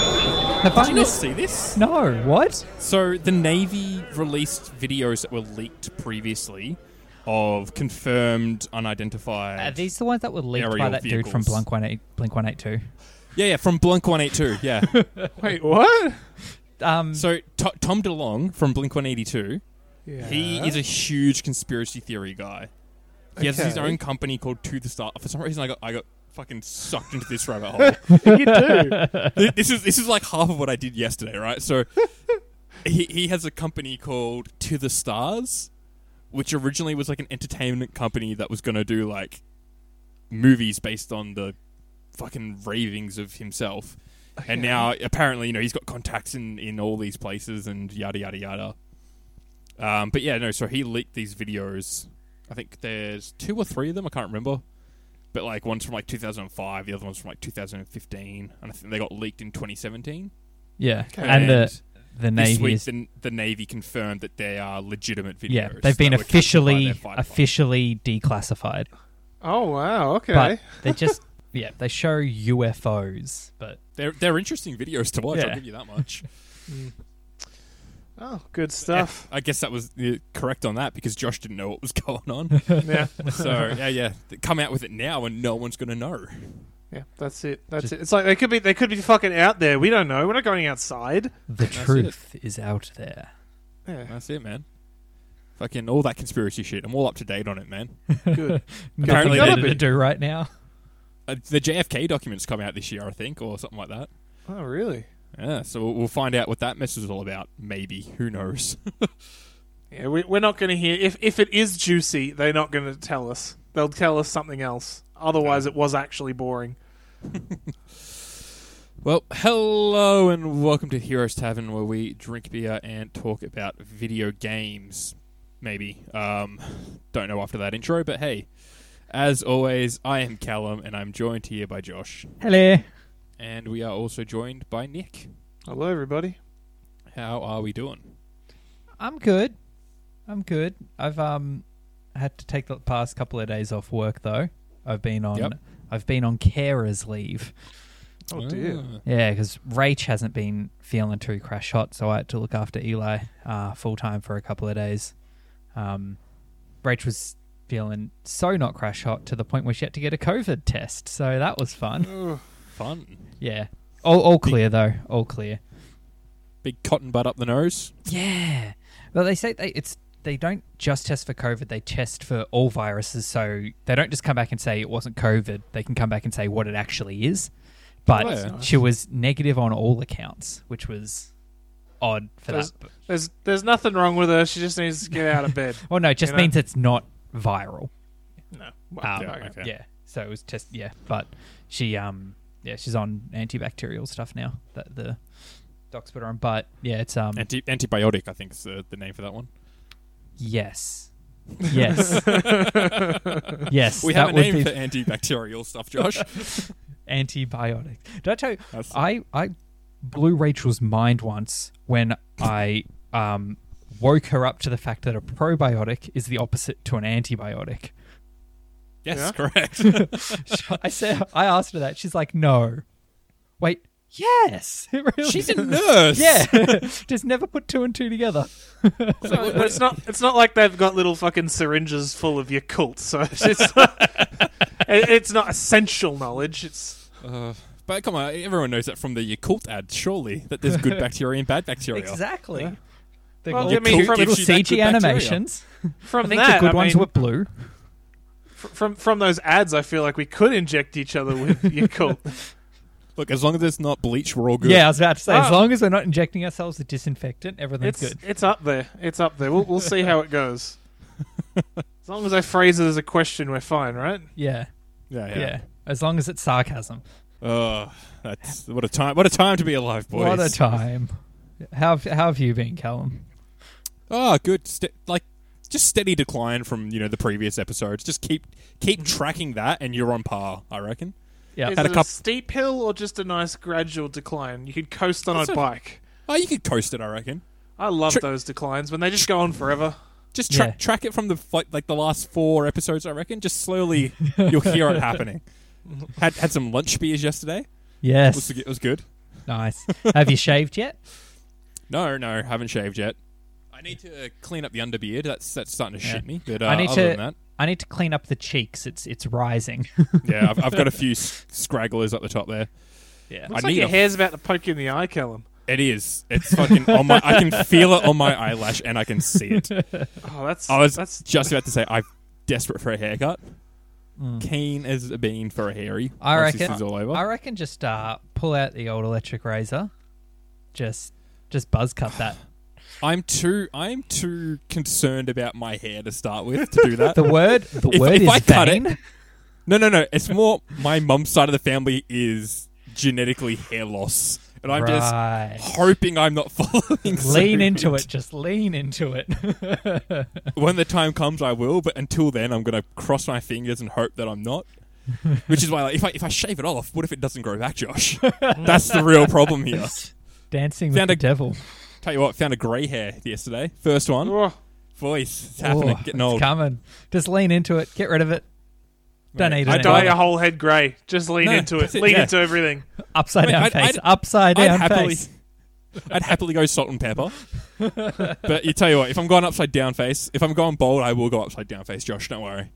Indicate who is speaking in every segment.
Speaker 1: The
Speaker 2: Did you
Speaker 1: fact
Speaker 2: not
Speaker 1: is,
Speaker 2: see this?
Speaker 1: no, what?
Speaker 2: So the Navy released videos that were leaked previously of confirmed unidentified.
Speaker 1: Are these the ones that were leaked by
Speaker 2: Aerial
Speaker 1: that dude from
Speaker 2: vehicles.
Speaker 1: Blink One Eight Blink One Eight Two?
Speaker 2: yeah, yeah, from Blink One Eight Two. Yeah.
Speaker 3: Wait, what?
Speaker 1: Um,
Speaker 2: so to Tom DeLong from Blink One Eighty Two.
Speaker 3: Yeah.
Speaker 2: He is a huge conspiracy theory guy. He has his
Speaker 3: Okay.
Speaker 2: own company called To the Star. For some reason, I got I got fucking sucked into this rabbit hole.
Speaker 3: you do.
Speaker 2: Th- this is this is like half of what I did yesterday, right? So he he has a company called To the Stars, which originally was like an entertainment company that was going to do like movies based on the fucking ravings of himself. And now apparently, you know, he's got contacts in in all these places and yada yada yada. Um, but yeah, no. So he leaked these videos. I think there's two or three of them. I can't remember. But like one's from like 2005, the other one's from like 2015, and I think they got leaked in 2017.
Speaker 1: yeah, and the the
Speaker 2: this
Speaker 1: Navy
Speaker 2: week,
Speaker 1: is
Speaker 2: the, the Navy confirmed that they are legitimate videos.
Speaker 1: yeah they've been
Speaker 2: that were captured by
Speaker 1: officially
Speaker 2: their fighter pilot.
Speaker 1: officially declassified,
Speaker 3: Oh wow. Okay.
Speaker 1: but they just yeah they show UFOs, but
Speaker 2: They're they're interesting videos to watch.
Speaker 1: Yeah.
Speaker 2: I'll give you that much.
Speaker 3: Mm. oh, good stuff.
Speaker 2: I guess that was uh, correct on that because Josh didn't know what was going on.
Speaker 3: yeah.
Speaker 2: so yeah, yeah, They come out with it now, and no one's gonna know.
Speaker 3: Yeah. That's it. That's it. It's like they could be. They could be fucking out there. We don't know. We're not going outside.
Speaker 1: the truth is out there.
Speaker 3: Yeah.
Speaker 2: That's it, man. Fucking all that conspiracy shit. I'm all up to date on it, man.
Speaker 3: Good.
Speaker 1: Nothing
Speaker 2: Apparently they
Speaker 1: better to
Speaker 3: did-
Speaker 1: do right now.
Speaker 2: Uh, the JFK documents come out this year, I think, or something like that.
Speaker 3: Oh really?
Speaker 2: Yeah, so we'll- we'll find out what that mess is all about. Maybe who knows?
Speaker 3: Yeah. We, we're not going to hear. If if it is juicy, they're not going to tell us. They'll tell us something else. Otherwise, it was actually boring.
Speaker 2: well, hello and welcome to Heroes Tavern, where we drink beer and talk about video games. Maybe. Um, don't know after that intro, but hey, as always, I am Callum, and I'm joined here by Josh,
Speaker 1: Hello.
Speaker 2: and we are also joined by Nick.
Speaker 3: Hello, everybody.
Speaker 2: How are we doing?
Speaker 1: I'm good. I'm good. I've um had to take the past couple of days off work though. I've been on
Speaker 2: Yep.
Speaker 1: I've been on carers leave.
Speaker 3: Oh dear.
Speaker 2: Ah.
Speaker 1: Yeah, because Rach hasn't been feeling too crash hot, so I had to look after Eli uh, full time for a couple of days. Um, Rach was feeling so not crash hot to the point where she had to get a COVID test, so that was fun.
Speaker 3: Ugh.
Speaker 2: Fun.
Speaker 1: Yeah, all all clear though, all clear.
Speaker 2: Big cotton butt up the nose.
Speaker 1: Yeah. Well, they say they, it's they don't just test for COVID; they test for all viruses. So they don't just come back and say it wasn't COVID. They can come back and say what it actually is. But
Speaker 2: Oh, yeah.
Speaker 1: she was negative on all accounts, which was odd for
Speaker 3: There's,
Speaker 1: that.
Speaker 3: there's there's nothing wrong with her. She just needs to get out of bed.
Speaker 1: Well, no, it just
Speaker 3: you know?
Speaker 1: means it's not viral.
Speaker 3: no.
Speaker 1: Um,
Speaker 2: Yeah, okay.
Speaker 1: Yeah. So it was test. Yeah, but she um yeah she's on antibacterial stuff now that the docs put her on. But yeah, it's um
Speaker 2: Anti- antibiotic, I think, is the, the name for that one.
Speaker 1: yes. yes. yes.
Speaker 2: We have
Speaker 1: that
Speaker 2: a
Speaker 1: would
Speaker 2: name
Speaker 1: be
Speaker 2: for antibacterial stuff, Josh.
Speaker 1: antibiotic. Did I tell you?
Speaker 2: That's-
Speaker 1: I I blew Rachel's mind once when I um woke her up to the fact that a probiotic is the opposite to an antibiotic.
Speaker 2: yes,
Speaker 3: Yeah.
Speaker 2: correct.
Speaker 1: I said I asked her that. She's like, no. Wait, yes. It really
Speaker 2: She's a nurse.
Speaker 1: yeah. Just never put two and two together.
Speaker 3: But but it's not. It's not like they've got little fucking syringes full of your cult. So it's not, it- it's not essential knowledge. It's
Speaker 2: Uh, but come on, everyone knows that from the Yakult ad, surely, that there's good bacteria and bad bacteria.
Speaker 1: Exactly. They
Speaker 3: Well,
Speaker 1: got
Speaker 3: I mean,
Speaker 1: cute
Speaker 3: from-
Speaker 1: little
Speaker 2: gives you that good
Speaker 1: CG
Speaker 2: bacteria.
Speaker 1: animations.
Speaker 3: from
Speaker 1: I think
Speaker 3: that.
Speaker 1: the good
Speaker 3: I
Speaker 1: ones
Speaker 3: mean,
Speaker 1: were blue.
Speaker 3: fr- from from those ads. I feel like we could inject each other with your cult.
Speaker 2: Look, as long as it's not bleach, we're all good.
Speaker 1: Yeah, I was about to say, as
Speaker 3: Oh.
Speaker 1: long as we're not injecting ourselves with disinfectant, everything's
Speaker 3: it's
Speaker 1: good.
Speaker 3: it's up there. It's up there. We'll we'll see how it goes. As long as I phrase it as a question, we're fine, right?
Speaker 1: Yeah,
Speaker 2: yeah,
Speaker 1: yeah. As long as it's sarcasm.
Speaker 2: Oh, that's what a time! What a time to be alive, boys.
Speaker 1: What a time. How, have- how have you been, Callum?
Speaker 2: Oh, good. Ste- like, just steady decline from you know the previous episodes. Just keep
Speaker 1: Mm-hmm.
Speaker 2: keep tracking that, and you're on par. I reckon.
Speaker 1: Yeah.
Speaker 3: Is
Speaker 2: Had
Speaker 3: it
Speaker 2: a
Speaker 3: a,
Speaker 2: coup-
Speaker 3: steep hill or just a nice gradual decline? You could coast on
Speaker 2: That's
Speaker 3: a
Speaker 2: a-
Speaker 3: bike.
Speaker 2: Oh, you could coast it. I reckon.
Speaker 3: I love
Speaker 2: Tri-
Speaker 3: those declines when they just go on forever.
Speaker 2: Just tra-
Speaker 1: Yeah.
Speaker 2: track it from the like, like the last four episodes. I reckon. Just slowly, you'll hear it happening. Had had some lunch beers yesterday. It
Speaker 1: Yes.
Speaker 2: was, it was good.
Speaker 1: Nice. Have you shaved yet?
Speaker 2: No, no, haven't shaved yet. I need to clean up the underbeard. That's that's starting to
Speaker 1: Yeah.
Speaker 2: shit me. But uh,
Speaker 1: I need
Speaker 2: other
Speaker 1: to.
Speaker 2: than
Speaker 1: I need to clean up the cheeks. It's it's rising.
Speaker 2: that, yeah, I've, I've got a few s- scragglers at the top there.
Speaker 1: yeah.
Speaker 3: Looks
Speaker 2: I
Speaker 3: like
Speaker 2: need
Speaker 3: your
Speaker 2: a-
Speaker 3: hair's about to poke you in the eye, Callum.
Speaker 2: It is. It's fucking on my. I can feel it on my eyelash, and I can see it.
Speaker 3: Oh, that's
Speaker 2: I was
Speaker 3: that's
Speaker 2: just about to say I'm desperate for a haircut.
Speaker 1: Mm.
Speaker 2: Keen as a bean for a hairy.
Speaker 1: I
Speaker 2: once This
Speaker 1: reckon-
Speaker 2: is all over.
Speaker 1: I reckon just uh, pull out the old electric razor, just just buzz cut that.
Speaker 2: I'm too. I'm too concerned about my hair to start with to do that.
Speaker 1: The word the
Speaker 2: If-
Speaker 1: word
Speaker 2: if
Speaker 1: is
Speaker 2: I cut it-
Speaker 1: vain.
Speaker 2: No, no, no. It's more my mum's side of the family is genetically hair loss, and I'm
Speaker 1: right.
Speaker 2: just hoping I'm not following.
Speaker 1: lean
Speaker 2: suit.
Speaker 1: into it. Just lean into it.
Speaker 2: When the time comes, I will. But until then, I'm gonna cross my fingers and hope that I'm not. Which is why, like, if I if I shave it off, what if it doesn't grow back, Josh? That's the real problem here.
Speaker 1: Dancing with
Speaker 2: Found
Speaker 1: the
Speaker 2: a-
Speaker 1: devil.
Speaker 2: Tell you what, found a grey hair yesterday. First one,
Speaker 3: Oh,
Speaker 2: voice. It's happening.
Speaker 1: Oh,
Speaker 2: Getting
Speaker 1: it's
Speaker 2: old.
Speaker 1: coming. Just lean into it. Get rid of it. Don't
Speaker 2: Mate,
Speaker 1: need it.
Speaker 2: I
Speaker 1: anymore.
Speaker 3: dye your whole head grey. Just lean
Speaker 2: No,
Speaker 3: into it.
Speaker 2: that's it,
Speaker 3: Lean
Speaker 2: yeah.
Speaker 3: into everything.
Speaker 1: Upside
Speaker 2: Mate,
Speaker 1: down
Speaker 2: I'd-
Speaker 1: face.
Speaker 2: I'd-
Speaker 1: upside
Speaker 2: I'd
Speaker 1: down
Speaker 2: happily,
Speaker 1: face.
Speaker 2: I'd happily go salt and pepper. but you tell you what, if I'm going upside down face, if I'm going bold, I will go upside down face. Josh, don't worry.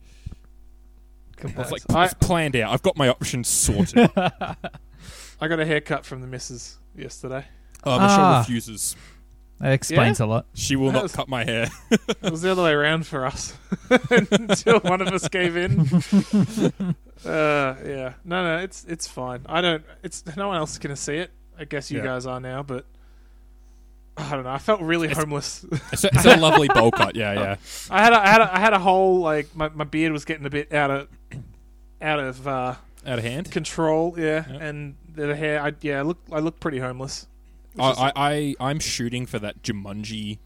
Speaker 1: Good boy.
Speaker 2: It's like
Speaker 3: I-
Speaker 2: it's planned out. I've got my options sorted. uh,
Speaker 3: I got a haircut from the missus yesterday.
Speaker 2: Uh, Michelle
Speaker 1: Ah.
Speaker 2: refuses.
Speaker 1: That explains a lot.
Speaker 2: She will not
Speaker 3: Yes.
Speaker 2: cut my hair.
Speaker 3: It was the other way around for us until one of us gave in. Uh, yeah, no, no, it's it's fine. I don't. It's no one else is gonna see it. I guess you
Speaker 2: Yeah.
Speaker 3: guys are now, but I don't know. I felt really
Speaker 2: It's-
Speaker 3: homeless.
Speaker 2: It's a, it's a lovely bowl cut. Yeah, yeah.
Speaker 3: I had a, I had a, I had a whole like my, my beard was getting a bit out of out of uh,
Speaker 2: Out of hand.
Speaker 3: control. Yeah,
Speaker 2: Yep.
Speaker 3: and the hair. I yeah, I look I look pretty homeless.
Speaker 2: I, I, I I'm shooting for that Jumanji,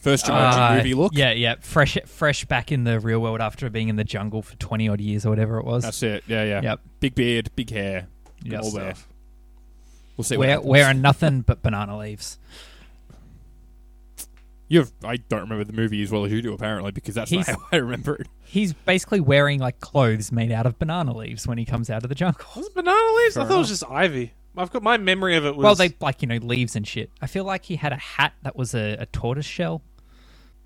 Speaker 2: first Jumanji
Speaker 1: Uh,
Speaker 2: movie look.
Speaker 1: Yeah, yeah. Fresh, fresh back in the real world after being in the jungle for twenty odd years or whatever it was.
Speaker 2: That's it. Yeah, yeah.
Speaker 1: Yep.
Speaker 2: Big beard, big hair.
Speaker 1: Yes.
Speaker 2: all there. We'll see. what
Speaker 1: We're
Speaker 2: happens.
Speaker 1: wearing nothing but banana leaves.
Speaker 2: You've I don't remember the movie as well as you do apparently because that's
Speaker 1: He's-
Speaker 2: not how I remember it.
Speaker 1: He's basically wearing like clothes made out of banana leaves when he comes out of the jungle.
Speaker 3: Was it banana leaves? I
Speaker 2: Fair
Speaker 3: thought it was just ivy. I've got my memory of it was
Speaker 1: Well, they like you know leaves and shit. I feel like he had a hat that was a, a tortoise shell.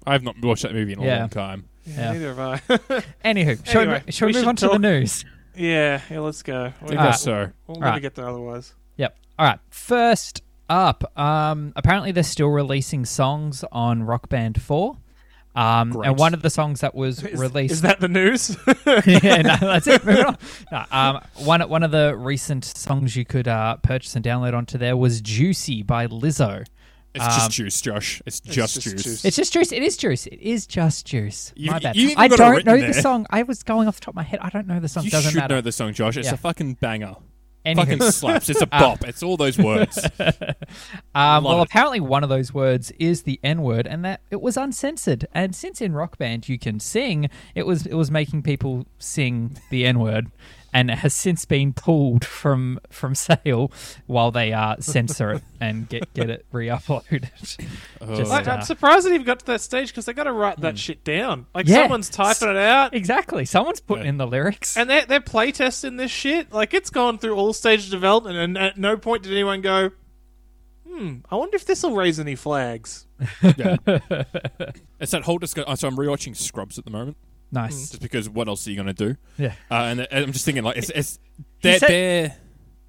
Speaker 2: I've not watched that movie in a
Speaker 1: Yeah.
Speaker 2: long time.
Speaker 1: yeah.
Speaker 3: yeah. neither have I.
Speaker 1: Anywho, shall
Speaker 3: Anyway,
Speaker 1: we, shall we
Speaker 3: we
Speaker 1: move
Speaker 3: should
Speaker 1: on to the
Speaker 3: talk-
Speaker 1: news?
Speaker 3: yeah, yeah, let's go.
Speaker 2: I
Speaker 3: We'll,
Speaker 2: think
Speaker 1: Ah.
Speaker 2: that's so.
Speaker 3: we'll
Speaker 1: Alright.
Speaker 3: never get there otherwise.
Speaker 1: Yep. All right. First up, um, apparently they're still releasing songs on Rock Band Four, um,
Speaker 2: Great.
Speaker 1: and one of the songs that was
Speaker 3: Is,
Speaker 1: released
Speaker 3: is that the news?
Speaker 2: Oh,
Speaker 1: yeah, no, that's it. Moving on. No, um, one one of the recent songs you could uh, purchase and download onto there was "Juicy" by Lizzo.
Speaker 2: It's
Speaker 1: Um,
Speaker 2: just juice, Josh. It's just,
Speaker 3: just
Speaker 2: juice.
Speaker 3: juice.
Speaker 1: It's just juice. It is juice. It is just juice.
Speaker 2: You-
Speaker 1: my bad.
Speaker 2: you even
Speaker 1: I
Speaker 2: got it
Speaker 1: don't
Speaker 2: written
Speaker 1: know
Speaker 2: there.
Speaker 1: the song. I was going off the top of my head. I don't know the song.
Speaker 2: you
Speaker 1: Doesn't
Speaker 2: should
Speaker 1: matter.
Speaker 2: know the song, Josh. It's
Speaker 1: Yeah.
Speaker 2: a fucking banger.
Speaker 1: Anywho,
Speaker 2: Fucking slaps. It's a bop. it's all those words.
Speaker 1: um, well,
Speaker 2: it.
Speaker 1: apparently one of those words is the N word, and that it was uncensored. And since in Rock Band you can sing, it was it was making people sing the N word, and it has since been pulled from from sale while they uh, censor it and get get it re-uploaded.
Speaker 2: Oh,
Speaker 1: Just,
Speaker 3: I,
Speaker 1: uh,
Speaker 3: I'm surprised that even got to that stage because they got to write
Speaker 2: Hmm.
Speaker 3: that shit down. Like
Speaker 1: Yeah.
Speaker 3: someone's typing it out,
Speaker 1: exactly. Someone's putting
Speaker 2: Yeah.
Speaker 1: in the lyrics.
Speaker 3: and they're, they're playtesting this shit. Like it's gone through all stages of development, and at no point did anyone go, "Hmm, I wonder if this will raise any flags."
Speaker 2: Yeah. it's that whole discussion. so I'm rewatching Scrubs at the moment,
Speaker 1: nice.
Speaker 2: just because what else are you gonna do?
Speaker 1: Yeah.
Speaker 2: Uh, and, and I'm just thinking like it's it's they're,
Speaker 1: said-
Speaker 2: they're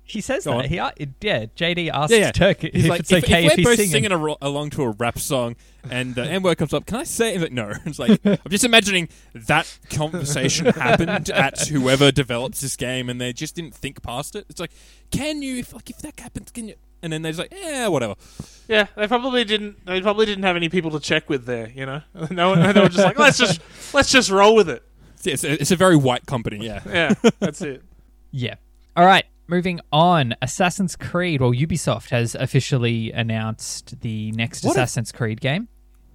Speaker 1: He says
Speaker 2: Go
Speaker 1: that.
Speaker 2: on.
Speaker 1: He, uh, yeah, JD asks
Speaker 2: yeah, yeah.
Speaker 1: Turk
Speaker 2: He's
Speaker 1: if
Speaker 2: like,
Speaker 1: it's okay if,
Speaker 2: if, we're
Speaker 1: he's
Speaker 2: both
Speaker 1: singing.
Speaker 2: singing aro- along to a rap song and the N word comes up, can I say it? He's like, no. It's like, I'm just imagining that conversation happened at whoever develops this game and they just didn't think past it. It's like, can you, if, like, if that happens, can you? And then they're just like, yeah, whatever.
Speaker 3: Yeah, they probably didn't. They probably didn't have any people to check with there. You know, no, one- they were just like, "Let's just let's just roll with it."
Speaker 2: It's, it's a very white company, yeah.
Speaker 3: Yeah, that's it.
Speaker 1: Yeah. All right. Moving on. Assassin's Creed, well, Ubisoft has officially announced the next
Speaker 2: What a-
Speaker 1: Assassin's Creed game.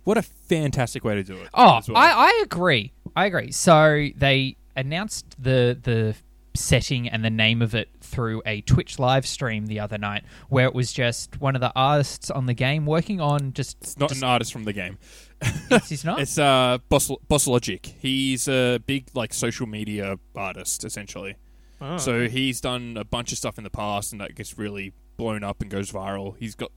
Speaker 2: What a fantastic way to do it.
Speaker 1: Oh,
Speaker 2: as well.
Speaker 1: I, I agree. I agree. So they announced the the setting and the name of it through a Twitch live stream the other night, where it was just one of the artists on the game working on just.
Speaker 2: It's not an artist from the game.
Speaker 1: It's, it's not.
Speaker 2: It's uh, Boss, Boss Logic. He's a big, like, social media artist, essentially.
Speaker 1: Ah.
Speaker 3: Oh.
Speaker 2: So he's done a bunch of stuff in the past, and that gets really blown up and goes viral. He's got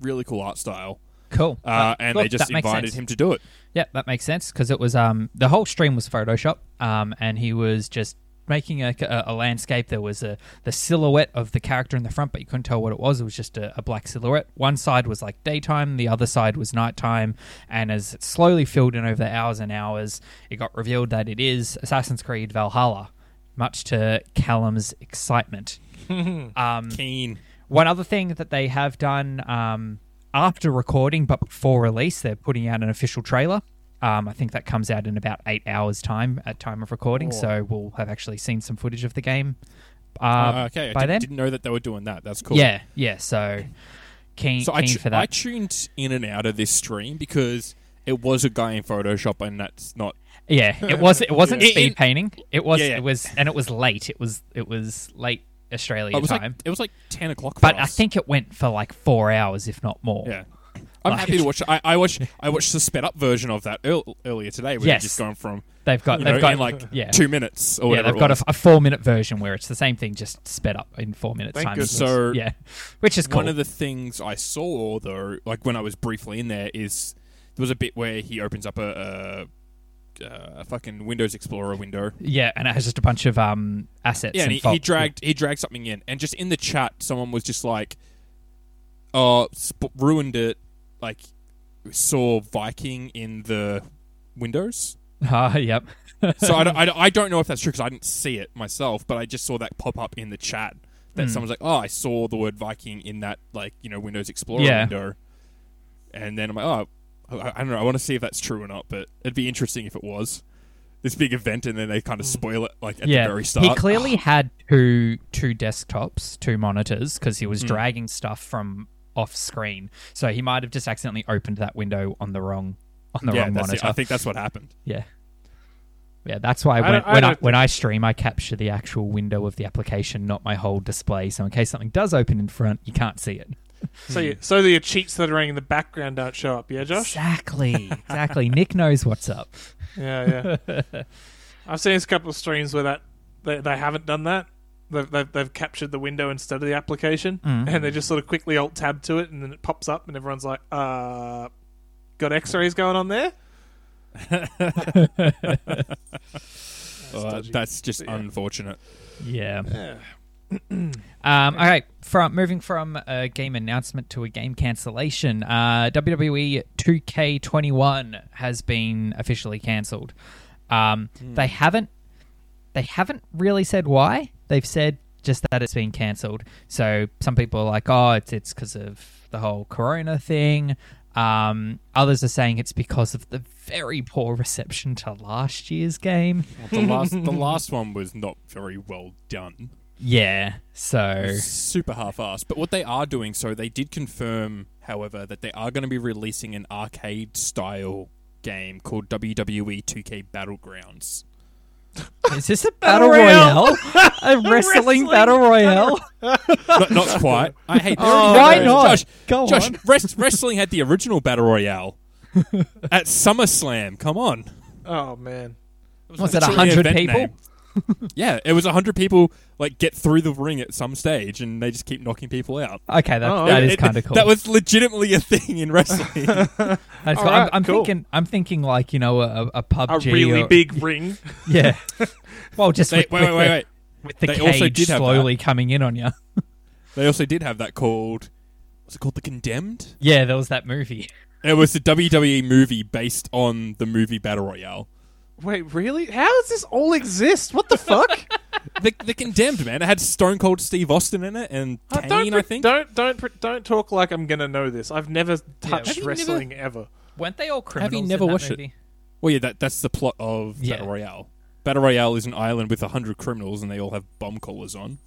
Speaker 2: really cool art style,
Speaker 1: Cool.
Speaker 2: uh, and
Speaker 1: Ah, cool.
Speaker 2: they just
Speaker 1: That makes
Speaker 2: invited
Speaker 1: sense.
Speaker 2: him to do it.
Speaker 1: Yeah, that makes sense because it was um the whole stream was Photoshop um and he was just making a, a, a landscape. There was a the silhouette of the character in the front, but you couldn't tell what it was. It was just a, a black silhouette. One side was like daytime, the other side was nighttime. And as it slowly filled in over the hours and hours, it got revealed that it is Assassin's Creed Valhalla, much to Callum's excitement. um,
Speaker 2: Keen.
Speaker 1: one other thing that they have done um, after recording but before release, they're putting out an official trailer. Um, I think that comes out in about eight hours' time at time of recording,
Speaker 2: Oh.
Speaker 1: so we'll have actually seen some footage of the game. Uh,
Speaker 2: Uh, okay,
Speaker 1: by
Speaker 2: I
Speaker 1: then,
Speaker 2: did, not know that they were doing that. That's cool.
Speaker 1: yeah, yeah. So keen,
Speaker 2: So I,
Speaker 1: keen
Speaker 2: tu-
Speaker 1: for
Speaker 2: I
Speaker 1: that.
Speaker 2: tuned in and out of this stream because it was a guy in Photoshop, and that's not.
Speaker 1: yeah, it was. It wasn't
Speaker 2: Yeah.
Speaker 1: speed
Speaker 2: In-
Speaker 1: painting. It was.
Speaker 2: Yeah, yeah.
Speaker 1: It was, and it was late. It was. It was late Australia
Speaker 2: Oh, It was
Speaker 1: time.
Speaker 2: like it was like ten o'clock. For
Speaker 1: but I
Speaker 2: us.
Speaker 1: think it went for like four hours, if not more.
Speaker 2: yeah. I'm
Speaker 1: Like-
Speaker 2: happy to watch. I, I watched. I watched the sped up version of that earl- earlier today, where
Speaker 1: Yes.
Speaker 2: they're just going from
Speaker 1: They've got.
Speaker 2: you
Speaker 1: They've
Speaker 2: know,
Speaker 1: got
Speaker 2: in like
Speaker 1: yeah.
Speaker 2: two minutes or
Speaker 1: Yeah,
Speaker 2: whatever.
Speaker 1: they've
Speaker 2: it
Speaker 1: got
Speaker 2: was.
Speaker 1: a, a four minute version where it's the same thing, just sped up in four minutes.
Speaker 3: Thank
Speaker 1: time.
Speaker 3: goodness.
Speaker 2: So-
Speaker 1: yeah, which is cool.
Speaker 2: One of the things I saw, though, like when I was briefly in there, is there was a bit where he opens up a, a, a fucking Windows Explorer window.
Speaker 1: yeah, and it has just a bunch of um assets.
Speaker 2: Yeah, and
Speaker 1: and
Speaker 2: he, he
Speaker 1: fol-
Speaker 2: dragged he dragged something in, and just in the chat, someone was just like, "Oh, sp- ruined it." Like, saw Viking in the Windows.
Speaker 1: Ah, yep.
Speaker 2: So I don't, I, don't- I don't know if that's true because I didn't see it myself, but I just saw that pop up in the chat that
Speaker 1: Mm.
Speaker 2: someone's like, "Oh, I saw the word Viking in that like you know Windows Explorer
Speaker 1: Yeah.
Speaker 2: window," and then I'm like, "Oh, I, I don't know. I want to see if that's true or not, but it'd be interesting if it was this big event, and then they kind of spoil it like at
Speaker 1: yeah,
Speaker 2: the very start."
Speaker 1: he clearly had two two desktops, two monitors, because he was
Speaker 2: Hmm.
Speaker 1: dragging stuff from off screen. So he might have just accidentally opened that window on the wrong on the
Speaker 2: yeah,
Speaker 1: wrong
Speaker 2: that's
Speaker 1: monitor.
Speaker 2: it. I think that's what happened.
Speaker 1: Yeah. Yeah, that's why
Speaker 3: I
Speaker 1: when,
Speaker 3: don't- I
Speaker 1: when, I,
Speaker 3: don't
Speaker 1: when I stream, I capture the actual window of the application, not my whole display. So in case something does open in front, you can't see it.
Speaker 3: So, you, so the cheats that are running in the background don't show up, yeah, Josh?
Speaker 1: Exactly, exactly. Nick knows what's up.
Speaker 3: Yeah, yeah. I've seen a couple of streams where that they, they haven't done that. They've, they've, they've captured the window instead of the application, and they just sort of quickly alt tab to it, and then it pops up, and everyone's like, "Uh, got X rays going on there."
Speaker 2: Uh,
Speaker 3: dodgy.
Speaker 2: that's just
Speaker 3: Yeah.
Speaker 2: unfortunate.
Speaker 1: Yeah.
Speaker 3: Yeah.
Speaker 1: Um, all right. From moving from a game announcement to a game cancellation, uh, WWE 2K21 has been officially cancelled. Um, They haven't. They haven't really said why. They've said just that it's been cancelled. So some people are like, "Oh, it's it's because of the whole Corona thing." Um, others are saying it's because of the very poor reception to last year's game.
Speaker 2: the last the last one was not very well done.
Speaker 1: Yeah. So
Speaker 2: super half-assed. But what they are doing, so they did confirm, however, that they are going to be releasing an arcade-style game called WWE 2K Battlegrounds.
Speaker 1: Is this a battle
Speaker 3: royale?
Speaker 1: royale? A wrestling,
Speaker 3: wrestling
Speaker 1: battle royale?
Speaker 2: not, not quite. I hate.
Speaker 1: Oh,
Speaker 2: they
Speaker 1: why
Speaker 2: already-
Speaker 1: not?
Speaker 2: Josh,
Speaker 1: Go
Speaker 2: Josh,
Speaker 1: on.
Speaker 2: Rest, wrestling had the original battle royale at SummerSlam. Come on,
Speaker 3: Oh man.
Speaker 1: Was it
Speaker 2: Literally
Speaker 1: hundred
Speaker 2: event
Speaker 1: people?
Speaker 2: name. yeah, it was hundred people. Like get through the ring at some stage, and they just keep knocking people out.
Speaker 1: Okay, that,
Speaker 3: Oh,
Speaker 1: that
Speaker 2: It-
Speaker 1: is
Speaker 2: it-
Speaker 1: kind of cool.
Speaker 2: That was legitimately a thing in wrestling.
Speaker 1: That's cool.
Speaker 3: all
Speaker 1: I'm,
Speaker 3: right,
Speaker 1: I'm
Speaker 3: cool.
Speaker 1: thinking. I'm thinking like you know a, a PUBG.
Speaker 3: A really
Speaker 1: or-
Speaker 3: big ring.
Speaker 1: Yeah. Well, just
Speaker 2: they,
Speaker 1: with,
Speaker 2: wait, wait, wait, wait.
Speaker 1: with the
Speaker 2: They
Speaker 1: cage
Speaker 2: also did have
Speaker 1: slowly coming in on you.
Speaker 2: They also did have that called. Was it called The Condemned?
Speaker 1: Yeah, there was that movie.
Speaker 2: It was the WWE E movie based on the movie Battle Royale.
Speaker 3: Wait, really? How does this all exist? What the fuck?
Speaker 2: The, the Condemned, man. It had Stone Cold Steve Austin in it and
Speaker 3: Uh,
Speaker 2: Kane,
Speaker 3: don't, pre-
Speaker 2: I think.
Speaker 3: don't don't pre- don't talk like I'm gonna know this. I've never touched
Speaker 2: Have you
Speaker 3: wrestling ever.
Speaker 1: Weren't they all criminals?
Speaker 2: never
Speaker 1: in that
Speaker 2: watched it?
Speaker 1: movie?
Speaker 2: Well, yeah, that, that's the plot of
Speaker 1: Yeah.
Speaker 2: Battle Royale. Battle Royale is an island with 100 criminals and they all have bomb collars on.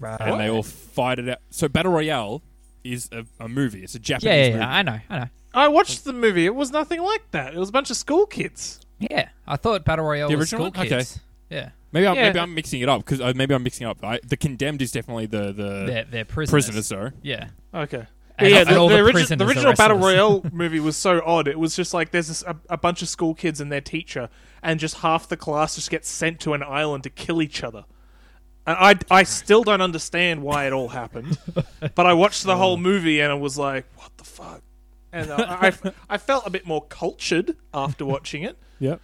Speaker 1: Right.
Speaker 2: And they all fight it out. So Battle Royale is a, a movie. It's a Japanese
Speaker 1: yeah, yeah,
Speaker 2: movie.
Speaker 1: yeah, I know, I know.
Speaker 3: I watched the movie. It was nothing like that. It was a bunch of school kids.
Speaker 1: Yeah, I thought battle royale
Speaker 2: The
Speaker 1: was
Speaker 2: original
Speaker 1: school
Speaker 2: one? Okay.
Speaker 1: kids. Yeah,
Speaker 2: maybe, I'm,
Speaker 3: Yeah.
Speaker 2: maybe I'm mixing it up because uh, maybe I'm mixing up. I, the Condemned is definitely the, the
Speaker 1: they're they're prisoners.
Speaker 2: prisoners, though.
Speaker 1: Yeah.
Speaker 3: Okay.
Speaker 1: And-
Speaker 3: yeah,
Speaker 1: and
Speaker 3: the,
Speaker 1: all
Speaker 3: the
Speaker 1: the
Speaker 3: origi-
Speaker 1: prisoners
Speaker 3: the
Speaker 1: are
Speaker 3: original Battle
Speaker 1: wrestlers.
Speaker 3: Royale movie was so odd. It was just like there's this, a, a bunch of school kids and their teacher, and just half the class just gets sent to an island to kill each other. And I, I still don't understand why it all happened, but I watched the
Speaker 1: Oh.
Speaker 3: whole movie and I was like, what the fuck? And uh, I, I, I felt a bit more cultured after watching it.
Speaker 2: Yep.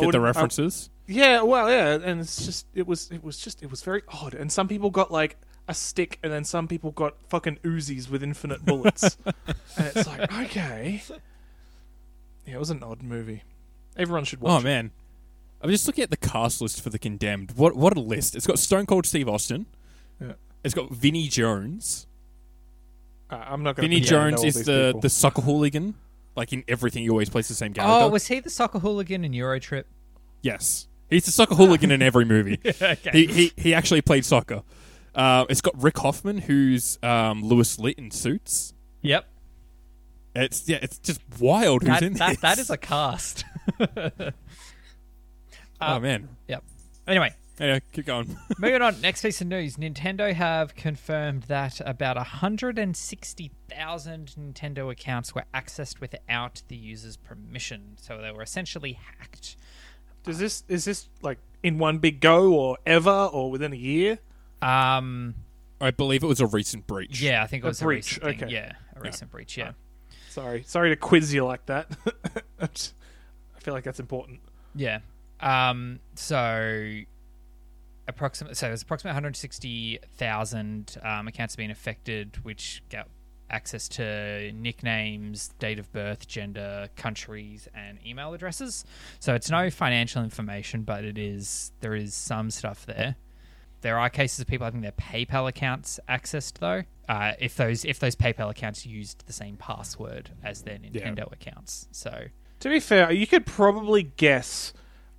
Speaker 2: Get the
Speaker 3: wouldn't- I-
Speaker 2: references.
Speaker 3: yeah, well, yeah, and it's just it was it was just it was very odd. And some people got like a stick, and then some people got fucking Uzis with infinite bullets. and it's like, okay, yeah, it was an odd movie. Everyone should
Speaker 2: oh
Speaker 3: watch.
Speaker 2: man, I'm just looking at the cast list for the Condemned. What what a list! It's got Stone Cold Steve Austin.
Speaker 3: Yeah.
Speaker 2: It's got Vinnie Jones.
Speaker 3: it. Uh, I'm not going.
Speaker 2: Vinnie Jones is the the soccer hooligan. Like in everything, he always plays the same character.
Speaker 1: Oh, was he the soccer hooligan in Eurotrip?
Speaker 2: Yes. He's a soccer hooligan in every movie. he, he he actually played soccer. Uh, it's got Rick Hoffman, who's um, Lewis Litt in Suits.
Speaker 1: Yep.
Speaker 2: It's yeah, it's just wild who's
Speaker 1: That,
Speaker 2: in
Speaker 1: that,
Speaker 2: this.
Speaker 1: that is a cast.
Speaker 2: oh man.
Speaker 1: yep. Anyway,
Speaker 2: Anyway, keep going.
Speaker 1: Moving on, next piece of news. Nintendo have confirmed that about 160,000 Nintendo accounts were accessed without the user's permission. So they were essentially hacked.
Speaker 3: Does this is this like in one big go or ever or within a year?
Speaker 1: Um,
Speaker 2: I believe it was a recent breach.
Speaker 1: yeah, I think it
Speaker 3: A
Speaker 1: was a,
Speaker 3: breach,
Speaker 1: recent thing.
Speaker 3: okay.
Speaker 1: Yeah, a recent breach, yeah.
Speaker 3: Sorry, sorry to quiz you like that. I just- I feel like that's important.
Speaker 1: Yeah. Um, so approximate so it's approximately 160,000 um, accounts have been affected which got access to nicknames, date of birth, gender, countries and email addresses. So it's no financial information but it is there is some stuff there. There are cases of people having their PayPal accounts accessed though. Uh, if those if those PayPal accounts used the same password as their Nintendo accounts. So
Speaker 3: To be fair, you could probably guess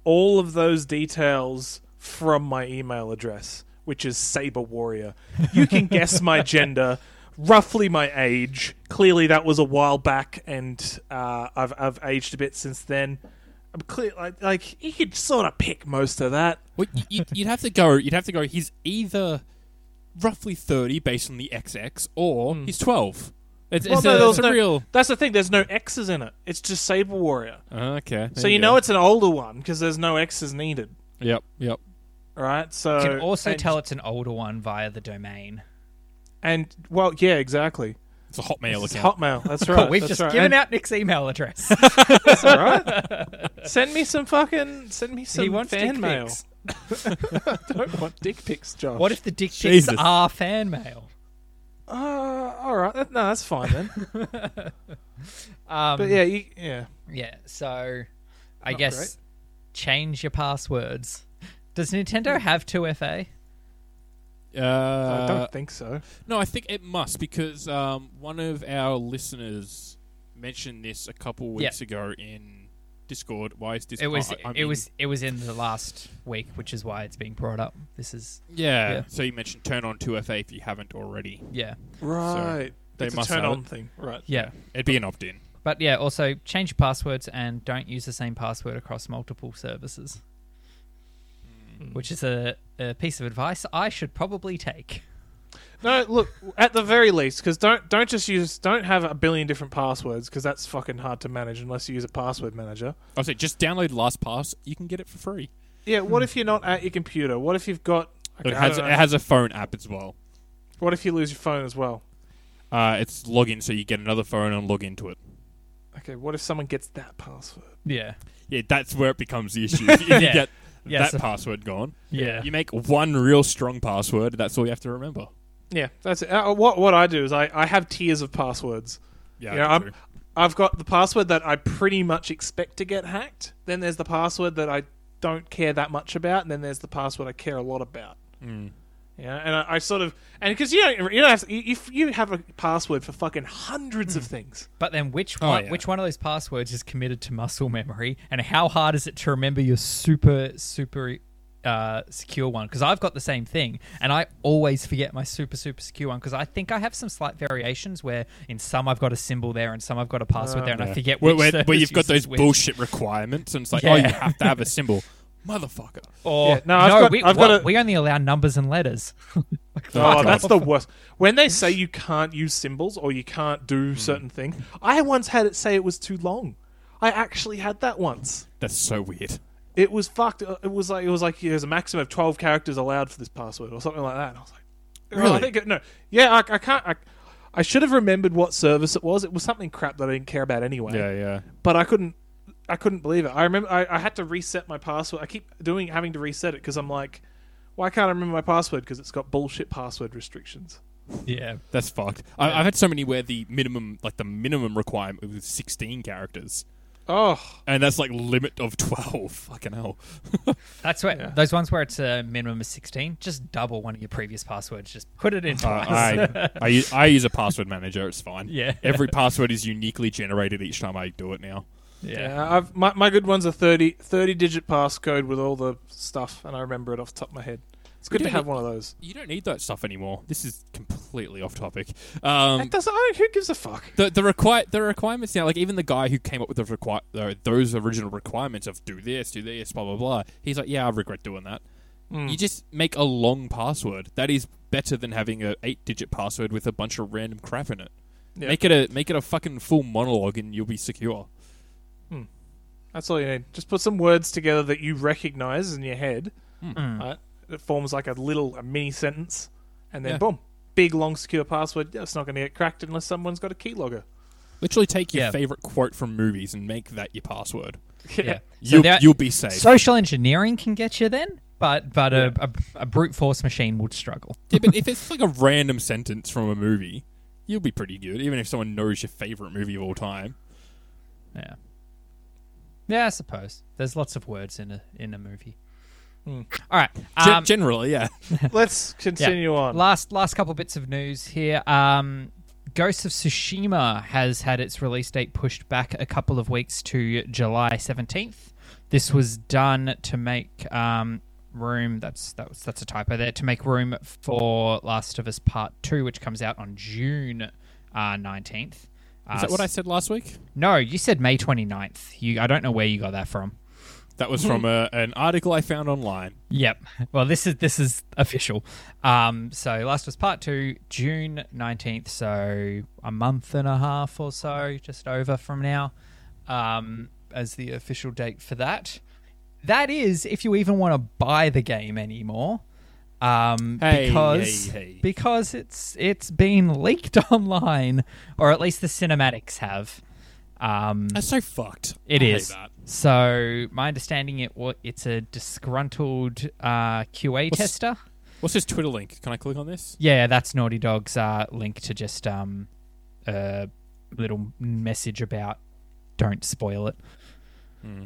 Speaker 3: all of those details from my email address, which is Saber Warrior. You can guess my gender, roughly my age. Clearly, that was a while back, and uh, I've I've aged a bit since then. I'm clear, like, like you could sort of pick most of that.
Speaker 2: Well, y- you'd, you'd have to go. You'd have to go. He's either roughly thirty based on the XX, or he's twelve. It's,
Speaker 3: Well,
Speaker 2: it's
Speaker 3: no,
Speaker 2: a,
Speaker 3: there
Speaker 2: it's
Speaker 3: was
Speaker 2: a
Speaker 3: no-
Speaker 2: real.
Speaker 3: That's the thing. There's no X's in it. It's just Saber Warrior.
Speaker 2: Okay.
Speaker 3: so you know it's an older one because there's no X's needed,
Speaker 2: Yep. Yep.
Speaker 3: right? So
Speaker 1: You can also
Speaker 3: and-
Speaker 1: tell it's an older one via the domain.
Speaker 3: And well, yeah, exactly.
Speaker 2: It's a Hotmail
Speaker 3: It's
Speaker 2: account.
Speaker 3: Hotmail. That's right.
Speaker 1: We've
Speaker 3: that's
Speaker 1: just
Speaker 3: right.
Speaker 1: given
Speaker 3: And Oh,
Speaker 1: out Nick's email address.
Speaker 3: That's all right. send me some fucking. Send me some
Speaker 1: he wants
Speaker 3: fan
Speaker 1: dick
Speaker 3: mail.
Speaker 1: pics.
Speaker 3: I don't want dick pics, Josh.
Speaker 1: What if the dick pics
Speaker 2: Jesus.
Speaker 1: are fan mail?
Speaker 3: Uh, all right. That, no, that's fine then.
Speaker 1: Um,
Speaker 3: But yeah, you, yeah.
Speaker 1: yeah, So, I
Speaker 3: Not
Speaker 1: guess
Speaker 3: great.
Speaker 1: change your passwords. Does Nintendo have 2FA?
Speaker 2: Uh,
Speaker 3: I don't think so.
Speaker 2: No, I think it must because um, one of our listeners mentioned this a couple weeks ago in Discord. Why is Discord?
Speaker 1: It was
Speaker 2: I- I
Speaker 1: it
Speaker 2: mean-
Speaker 1: was it was in the last week, which is why it's being brought up. This is
Speaker 2: yeah.
Speaker 1: yeah.
Speaker 2: So you mentioned turn on two FA if you haven't already.
Speaker 1: yeah.
Speaker 3: Right.
Speaker 2: they
Speaker 3: it's
Speaker 2: must
Speaker 3: a turn
Speaker 2: have
Speaker 3: on
Speaker 2: it.
Speaker 3: thing. Right.
Speaker 1: Yeah.
Speaker 2: It'd be an opt-in.
Speaker 1: But yeah, also change your passwords and don't use the same password across multiple services.
Speaker 3: Hmm.
Speaker 1: Which is a, a piece of advice I should probably take.
Speaker 3: No, look. At the very least, because don't don't just use don't have a billion different passwords because that's fucking hard to manage unless you use a password manager.
Speaker 2: I say just download LastPass. You can get it for free.
Speaker 3: Yeah. What
Speaker 1: Hmm.
Speaker 3: if you're not at your computer? What if you've got?
Speaker 2: it
Speaker 3: Okay, I
Speaker 2: has it
Speaker 3: don't know.
Speaker 2: has a phone app as well.
Speaker 3: what if you lose your phone as well?
Speaker 2: Uh, it's login, so you get another phone and log into it.
Speaker 3: Okay. What if someone gets that password?
Speaker 1: Yeah.
Speaker 2: Yeah, that's where it becomes the issue. If you
Speaker 1: Yeah.
Speaker 2: get
Speaker 1: Yeah,
Speaker 2: that
Speaker 1: so-
Speaker 2: password gone.
Speaker 1: Yeah.
Speaker 2: You make one real strong password. That's all you have to remember.
Speaker 3: Yeah, that's it. Uh, what what I do is I, I have tiers of passwords.
Speaker 2: Yeah,
Speaker 3: You know, I'm,
Speaker 2: true.
Speaker 3: I've got the password that I pretty much expect to get hacked. Then there's the password that I don't care that much about, and then there's the password I care a lot about. Yeah, and I, I sort of and because you don't you don't have to, you- if you have a password for fucking hundreds of things.
Speaker 1: But then, which
Speaker 2: Oh,
Speaker 1: one?
Speaker 2: yeah.
Speaker 1: which one of those passwords is committed to muscle memory, and how hard is it to remember your super super uh, secure one? Because I've got the same thing, and I always forget my super super secure one because I think I have some slight variations where in some I've got a symbol there, and some I've got a password there, and I
Speaker 2: Ah, Yeah.
Speaker 1: forget
Speaker 2: where,
Speaker 1: which.
Speaker 2: where,
Speaker 1: service
Speaker 2: where you've got
Speaker 1: uses
Speaker 2: those
Speaker 1: which.
Speaker 2: bullshit requirements, and it's like, oh,
Speaker 1: Yeah.
Speaker 2: you have to have a symbol, motherfucker.
Speaker 1: Or
Speaker 3: Yeah,
Speaker 1: no,
Speaker 3: no, I've got-
Speaker 1: we,
Speaker 3: I've got
Speaker 1: what?
Speaker 3: a-
Speaker 1: we only allow numbers and letters. Like,
Speaker 3: Oh,
Speaker 2: Fuck
Speaker 3: that's the worst. When they say you can't use symbols or you can't do certain things, I once had it say it was too long. I actually had that once.
Speaker 2: That's so weird.
Speaker 3: It was fucked. uh, It was like it was like there's a maximum of twelve characters allowed for this password or something like that. And I was like, well,
Speaker 2: Really?
Speaker 3: I think it, no, yeah, I, I can't. I, I should have remembered what service it was. It was something crap that I didn't care about anyway.
Speaker 2: Yeah, yeah.
Speaker 3: But I couldn't. I couldn't believe it. I remember I, I had to reset my password. I keep doing having to reset it because I'm like, why can't I remember my password? Because it's got bullshit password restrictions.
Speaker 1: Yeah.
Speaker 2: That's fucked. I, I've had so many where the minimum, like the minimum requirement was 16 characters,
Speaker 3: Oh,
Speaker 2: and that's like limit of 12. Fucking hell.
Speaker 1: That's where
Speaker 3: Yeah.
Speaker 1: those ones where it's a minimum of sixteen. Just double one of your previous passwords. Just put it in
Speaker 2: Uh,
Speaker 1: twice.
Speaker 2: I, I, u- I use a password manager. It's fine.
Speaker 1: Yeah.
Speaker 2: Every password is uniquely generated each time I do it now.
Speaker 1: yeah.
Speaker 3: yeah. I've, my my good one's a 30, 30 digit passcode with all the stuff, and I remember it off the top of my head. It's good
Speaker 2: We
Speaker 3: to
Speaker 2: don't
Speaker 3: have
Speaker 2: need-
Speaker 3: one of those.
Speaker 2: You don't need that stuff anymore. This is completely off topic. Um,
Speaker 3: That doesn't. I don't- who gives a fuck?
Speaker 2: the the require the requirements now, like even the guy who came up with the require those original requirements of do this, do this, blah blah blah. He's like, yeah, I regret doing that.
Speaker 3: Hmm.
Speaker 2: You just make a long password. That is better than having a eight digit password with a bunch of random crap in it.
Speaker 3: Yeah.
Speaker 2: Make it a make it a fucking full monologue, and you'll be secure.
Speaker 3: That's all you need. Just put some words together that you recognize in your head.
Speaker 1: Mm.
Speaker 3: Right? It forms like a little, a mini sentence, and then
Speaker 2: Yeah.
Speaker 3: boom, big long secure password. Yeah, It's not going to get cracked unless someone's got a keylogger.
Speaker 2: Literally take your
Speaker 1: Yeah.
Speaker 2: favorite quote from movies and make that your password.
Speaker 1: yeah. So
Speaker 2: You'll,
Speaker 1: there-
Speaker 2: you'll be safe.
Speaker 1: social engineering can get you then, but but a, a, a brute force machine would struggle.
Speaker 2: yeah, but if it's like a random sentence from a movie, you'll be pretty good, even if someone knows your favorite movie of all time.
Speaker 1: Yeah. Yeah, I suppose. There's lots of words in a in a movie. All right.
Speaker 2: Ge-
Speaker 1: Um,
Speaker 2: generally, yeah.
Speaker 3: Let's
Speaker 1: yeah.
Speaker 3: continue on.
Speaker 1: Last last couple bits of news here. Um, Ghost of Tsushima has had its release date pushed back a couple of weeks to July 17th. This was done to make um, room. That's that was, that's a typo there. To make room for Last of Us Part Two, which comes out on June uh, 19th. Uh,
Speaker 2: Is that what I said last week?
Speaker 1: No, you said May 29th. You, I don't know where you got that from.
Speaker 2: That was from a, an article I found online.
Speaker 1: Yep. Well, this is this is official. Um, so Last was Part Two, June nineteenth. So a month and a half or so, just over from now, um, as the official date for that. That is, if you even want to buy the game anymore, um,
Speaker 2: Hey,
Speaker 1: because
Speaker 2: hey, hey.
Speaker 1: because it's it's been leaked online, or at least the cinematics have. Um,
Speaker 2: That's so fucked.
Speaker 1: it
Speaker 2: I hate
Speaker 1: is.
Speaker 2: that.
Speaker 1: So my understanding, it wa- it's a disgruntled uh, QA
Speaker 2: What's-
Speaker 1: tester.
Speaker 2: What's this Twitter link? Can I click on this?
Speaker 1: Yeah, that's Naughty Dog's uh, link to just um, a little message about don't spoil it.
Speaker 2: Hmm.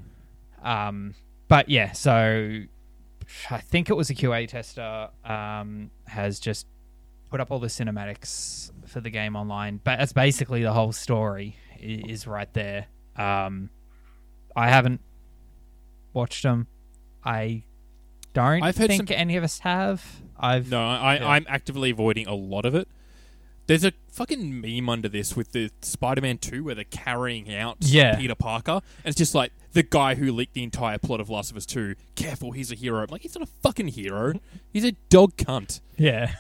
Speaker 1: Um, but yeah, so I think it was a QA tester um, has just put up all the cinematics for the game online. But that's basically the whole story i- is right there. Um, I haven't watched them. I don't
Speaker 2: I've heard
Speaker 1: think
Speaker 2: some-
Speaker 1: any of us have. I've
Speaker 2: No, I,
Speaker 1: Yeah.
Speaker 2: I'm actively avoiding a lot of it. There's a fucking meme under this with the Spider-Man 2 where they're carrying out
Speaker 1: Yeah.
Speaker 2: Peter Parker, and it's just like the guy who leaked the entire plot of Last of Us 2. Careful, he's a hero. I'm like, he's not a fucking hero. He's a dog cunt.
Speaker 1: yeah.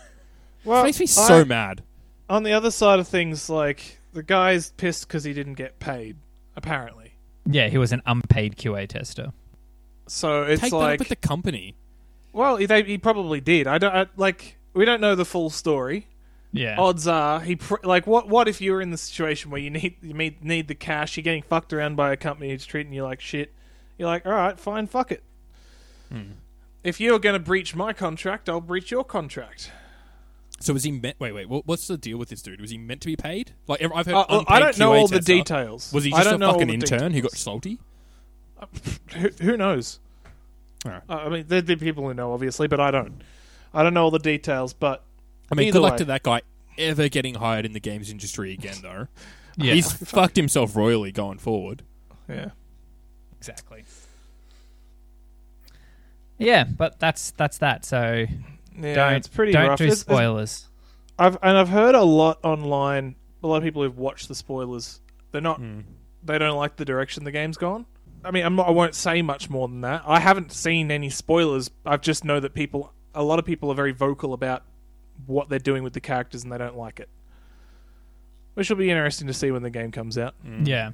Speaker 3: Well,
Speaker 2: makes me so
Speaker 3: I-
Speaker 2: mad.
Speaker 3: on the other side of things, like the guy's pissed because he didn't get paid, apparently.
Speaker 1: Yeah, he was an unpaid QA tester.
Speaker 3: So it's
Speaker 2: Take that up
Speaker 3: like
Speaker 2: with the company.
Speaker 3: Well, he, they, he probably did. I don't I, like. We don't know the full story.
Speaker 1: Yeah.
Speaker 2: Oh,
Speaker 3: Odds are he pr- like what? What if you're in the situation where you need you need, need the cash? You're getting fucked around by a company who's treating you like shit. You're like, all right, fine, fuck it.
Speaker 2: Hmm.
Speaker 3: If you're going to breach my contract, I'll breach your contract.
Speaker 2: So was he meant? Wait, wait. What, what's the deal with this dude? Was he meant to be paid? Like I've heard.
Speaker 3: Uh, well, I
Speaker 2: unpaid
Speaker 3: don't know
Speaker 2: QA
Speaker 3: all the
Speaker 2: tester. uh,
Speaker 3: details.
Speaker 2: Was he
Speaker 3: I
Speaker 2: just
Speaker 3: don't
Speaker 2: a
Speaker 3: know all
Speaker 2: fucking
Speaker 3: the
Speaker 2: intern who got
Speaker 3: details.
Speaker 2: salty?
Speaker 3: Who, who knows?
Speaker 2: Alright.
Speaker 3: Uh, I mean, there'd be people who know, obviously, but I don't. I don't know all the details, but
Speaker 2: I mean,
Speaker 3: Either
Speaker 2: good luck
Speaker 3: way.
Speaker 2: to that guy ever getting hired in the games industry again, though.
Speaker 1: yeah.
Speaker 2: He's fucked himself royally going forward.
Speaker 3: yeah.
Speaker 1: exactly. Yeah, but that's that's that. So
Speaker 3: Yeah,
Speaker 1: don't
Speaker 3: it's pretty
Speaker 1: don't
Speaker 3: rough.
Speaker 1: do
Speaker 3: It's- it's-
Speaker 1: spoilers.
Speaker 3: I've and I've heard a lot online. A lot of people who've watched the spoilers, they're not.
Speaker 1: Hmm.
Speaker 3: They don't like the direction the game's gone. I mean, I'm not, I won't say much more than that. I haven't seen any spoilers. I just know that people, a lot of people, are very vocal about what they're doing with the characters,
Speaker 1: Hmm.
Speaker 3: Mm. and they don't like it. Which will be interesting to see when the game comes out.
Speaker 1: Yeah.